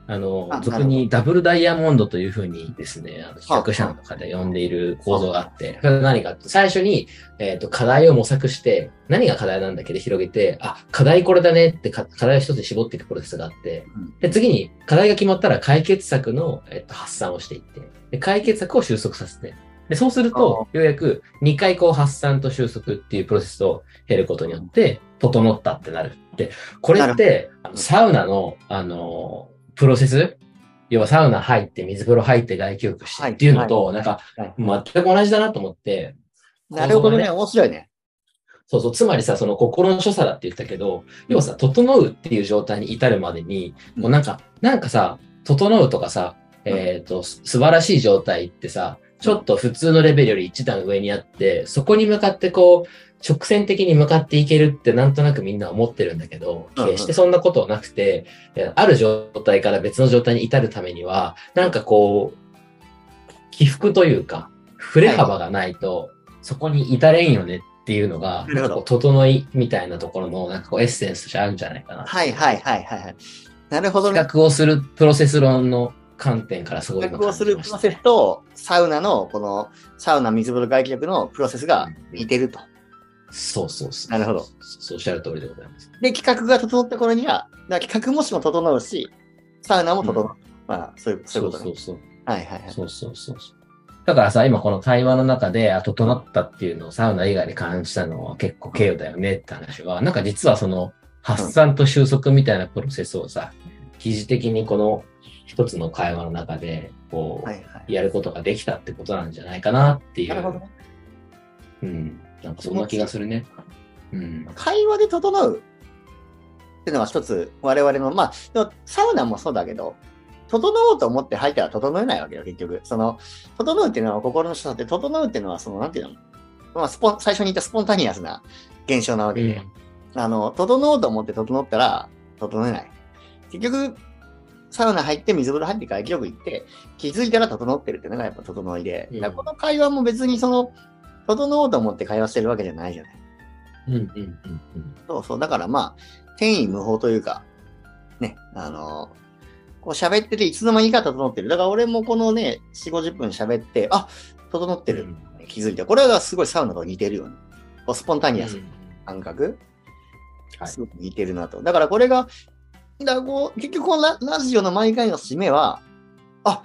Speaker 2: あの
Speaker 1: あ、
Speaker 2: 俗にダブルダイヤモンドというふうにですね、あの企画者の中で呼んでいる構造があって、それは何かって最初に、えっ、と、課題を模索して、何が課題なんだっけで広げて、あ、課題これだねってか課題を一つ絞っていくプロセスがあって
Speaker 1: うん、
Speaker 2: で、次に課題が決まったら解決策の、えっと発散をしていって、で解決策を収束させて、で、そうすると、ようやく2回こう発散と収束っていうプロセスを経ることによって、整ったってなるって、これって、あのサウナの、あのー、プロセス要はサウナ入って、水風呂入って、外気浴してっていうのと、なんか、
Speaker 1: はい
Speaker 2: 全く同じだなと思って、
Speaker 1: なるほど
Speaker 2: 構造が
Speaker 1: ね、
Speaker 2: ね
Speaker 1: 面白いね。
Speaker 2: そうそう、つまりさ、その心の所作だって言ったけど、要はさ、整うっていう状態に至るまでに、
Speaker 1: うん
Speaker 2: もうなんか、なんかさ、整うとかさ、
Speaker 1: うん
Speaker 2: えっ、と、す素晴らしい状態ってさ、ちょっと普通のレベルより一段上にあって、そこに向かってこう、直線的に向かっていけるってなんとなくみんな思ってるんだけど、
Speaker 1: うんうん
Speaker 2: 決してそんなことはなくて、えーある状態から別の状態に至るためには、なんかこう、起伏というか、振れ幅がないと、そこに至れんよねっていうのが、
Speaker 1: なるほど
Speaker 2: こう整いみたいなところの、なんかこうエッセンスとしてあるんじゃないかな。
Speaker 1: はいはいはいはいはい。なるほどね。
Speaker 2: 企画をするプロセス論の観点からすごい
Speaker 1: 企
Speaker 2: 今
Speaker 1: 画を
Speaker 2: 感
Speaker 1: す
Speaker 2: じ
Speaker 1: る
Speaker 2: ま
Speaker 1: プ
Speaker 2: した
Speaker 1: ロ
Speaker 2: ね
Speaker 1: セスと、サウナの、この、サウナ水風呂外気浴のプロセスが似てると。
Speaker 2: そうそうそ
Speaker 1: な
Speaker 2: う。
Speaker 1: るほど。
Speaker 2: そうおっしゃる通りでございます。
Speaker 1: で、企画が整った頃には、だから企画もしも整うし、サウナも整う。
Speaker 2: うん
Speaker 1: まあ、そういう、そういうこと
Speaker 2: そ
Speaker 1: ね。
Speaker 2: うそう
Speaker 1: はいはいはい。
Speaker 2: そうそうそうそう。だからさ、今この対話の中で、あ、整ったっていうのをサウナ以外で感じたのは結構軽度だよねって話は、なんか実はその発散と収束みたいなプロセスをさ、疑似的にこの一つの会話の中で、こ
Speaker 1: はいは
Speaker 2: う、やることができたってことなんじゃないかなって
Speaker 1: い。
Speaker 2: い
Speaker 1: なるほど
Speaker 2: う。
Speaker 1: ね。
Speaker 2: うん。なんかそんな気がするね。うん。
Speaker 1: 会話で整うっていうのは一つ、我々の、まあ、でもサウナもそうだけど、整おうと思って入ったら整えないわけよ、結局。その、整うっていうのは心の人だって、整うっていうのは、その、なんていうのまあ、スポン最初に言ったスポンタニアスな現象なわけで、
Speaker 2: う
Speaker 1: あの、整おうと思って整ったら、整えない。結局、サウナ入って水風呂入って外気浴行って、気づいたら整ってるっていうのがやっぱ整いで、
Speaker 2: うん
Speaker 1: だからこの会話も別にその、整おうと思って会話してるわけじゃないじゃない。
Speaker 2: んうんうんうん。
Speaker 1: そうそう。だからまあ、転移無法というか、ね、あのこう喋ってていつの間にか整ってる。だから俺もこのね、4、50分喋って、あ、整ってる。気づいた。これはすごいサウナと似てるよね。こうスポンタ
Speaker 2: うん。
Speaker 1: ニアスな感覚、
Speaker 2: はい
Speaker 1: すごく似てるなと。だからこれが、だからこう結局このララジオの毎回の締めは、あ、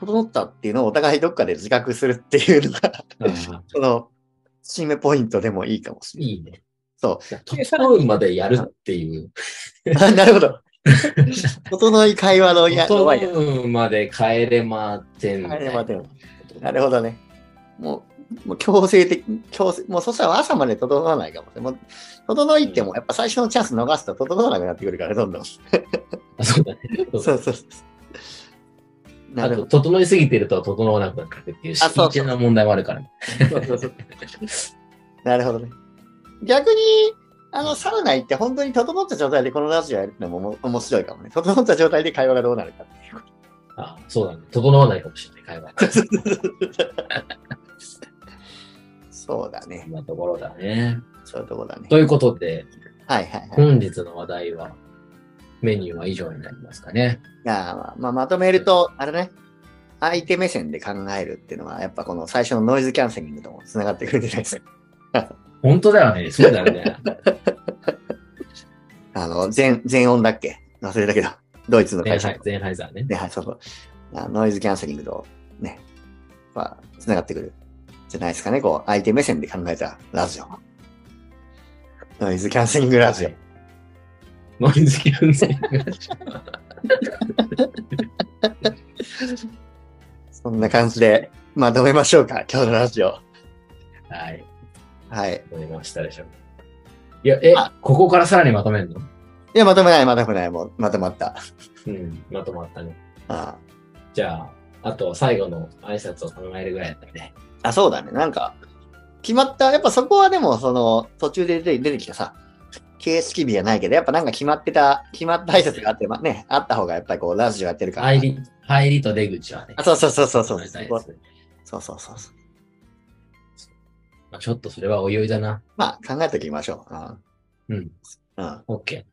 Speaker 1: 整ったっていうのをお互いどっかで自覚するっていうのが、
Speaker 2: あー
Speaker 1: その、締めポイントでもいいかもしれない。
Speaker 2: いいね。。
Speaker 1: そう
Speaker 2: 整うまでやるっていう。
Speaker 1: あ なるほど。整い会話のや弱いや
Speaker 2: 整うまで帰れまってんみたいな。
Speaker 1: 帰れま点なるほどね。もう、もう強制的、強制、もうそしたら朝まで整わないかもしれない。もう整いっても、やっぱ最初のチャンス逃すと整わなくなってくるから、どんどん。そ
Speaker 2: あそうだね。
Speaker 1: うそうそう。な
Speaker 2: あ
Speaker 1: るほ
Speaker 2: と、
Speaker 1: ど。
Speaker 2: 整いすぎてると整わなくなるっていう、
Speaker 1: あそうそう
Speaker 2: 真剣な問題もあるからね。
Speaker 1: そうそうそうなるほどね。逆に、あの、サウナ行って本当に整った状態でこのラジオやるってのもも面白いかもね。整った状態で会話がどうなるかっていうこと。
Speaker 2: あそうだね。整わないかもしれない、会話。
Speaker 1: そうだね
Speaker 2: そ。んなところだね。
Speaker 1: そういうとこだね。
Speaker 2: ということで、
Speaker 1: はいはいはい。
Speaker 2: 本日の話題は、メニューは以上になりますかね。
Speaker 1: いやーまあ、まあ、まとめると、あれね、相手目線で考えるっていうのは、やっぱこの最初のノイズキャンセリングともつながってくるんじゃないですか。
Speaker 2: 本当だよね。そうだよ ね。
Speaker 1: あの、全、全音だっけ忘れたけど、ドイツの
Speaker 2: ゼン
Speaker 1: 会
Speaker 2: ハ
Speaker 1: 社
Speaker 2: イ。ゼンハイザーね。
Speaker 1: ね、はい、そうそう。あノイズキャンセリングと、ね、まあ、つながってくるじゃないですかね。こう、相手目線で考えたラジオ。ノイズキャンセリングラジオ。
Speaker 2: ノイズキャンセリング。
Speaker 1: そんな感じで、まとめましょうか、今日のラジオ。
Speaker 2: はい。
Speaker 1: はい。
Speaker 2: 思いましたでしょうか。いや、え
Speaker 1: あ、
Speaker 2: ここからさらにまとめるの
Speaker 1: いや、まとめない、まとめない、もう、まとまった。
Speaker 2: うん、まとまったね。
Speaker 1: あ
Speaker 2: じゃあ、あと最後の挨拶を考えるぐらいだったね。
Speaker 1: あ、そうだね。なんか、決まった、やっぱそこはでも、その、途中で出て出てきたさ、形式美じゃないけど、やっぱなんか決まってた、決まった挨拶があって、まあね、あった方がやっぱりこう、ラジオやってるから。
Speaker 2: 入り、入りと出口はね。
Speaker 1: あそうそうそうそうそう。
Speaker 2: 考えた
Speaker 1: そ
Speaker 2: いうですね
Speaker 1: そうそうそう。
Speaker 2: まあ、ちょっとそれはおいおいだな。
Speaker 1: まあ、考えておきましょう。
Speaker 2: うん。
Speaker 1: うん。うん。
Speaker 2: OK。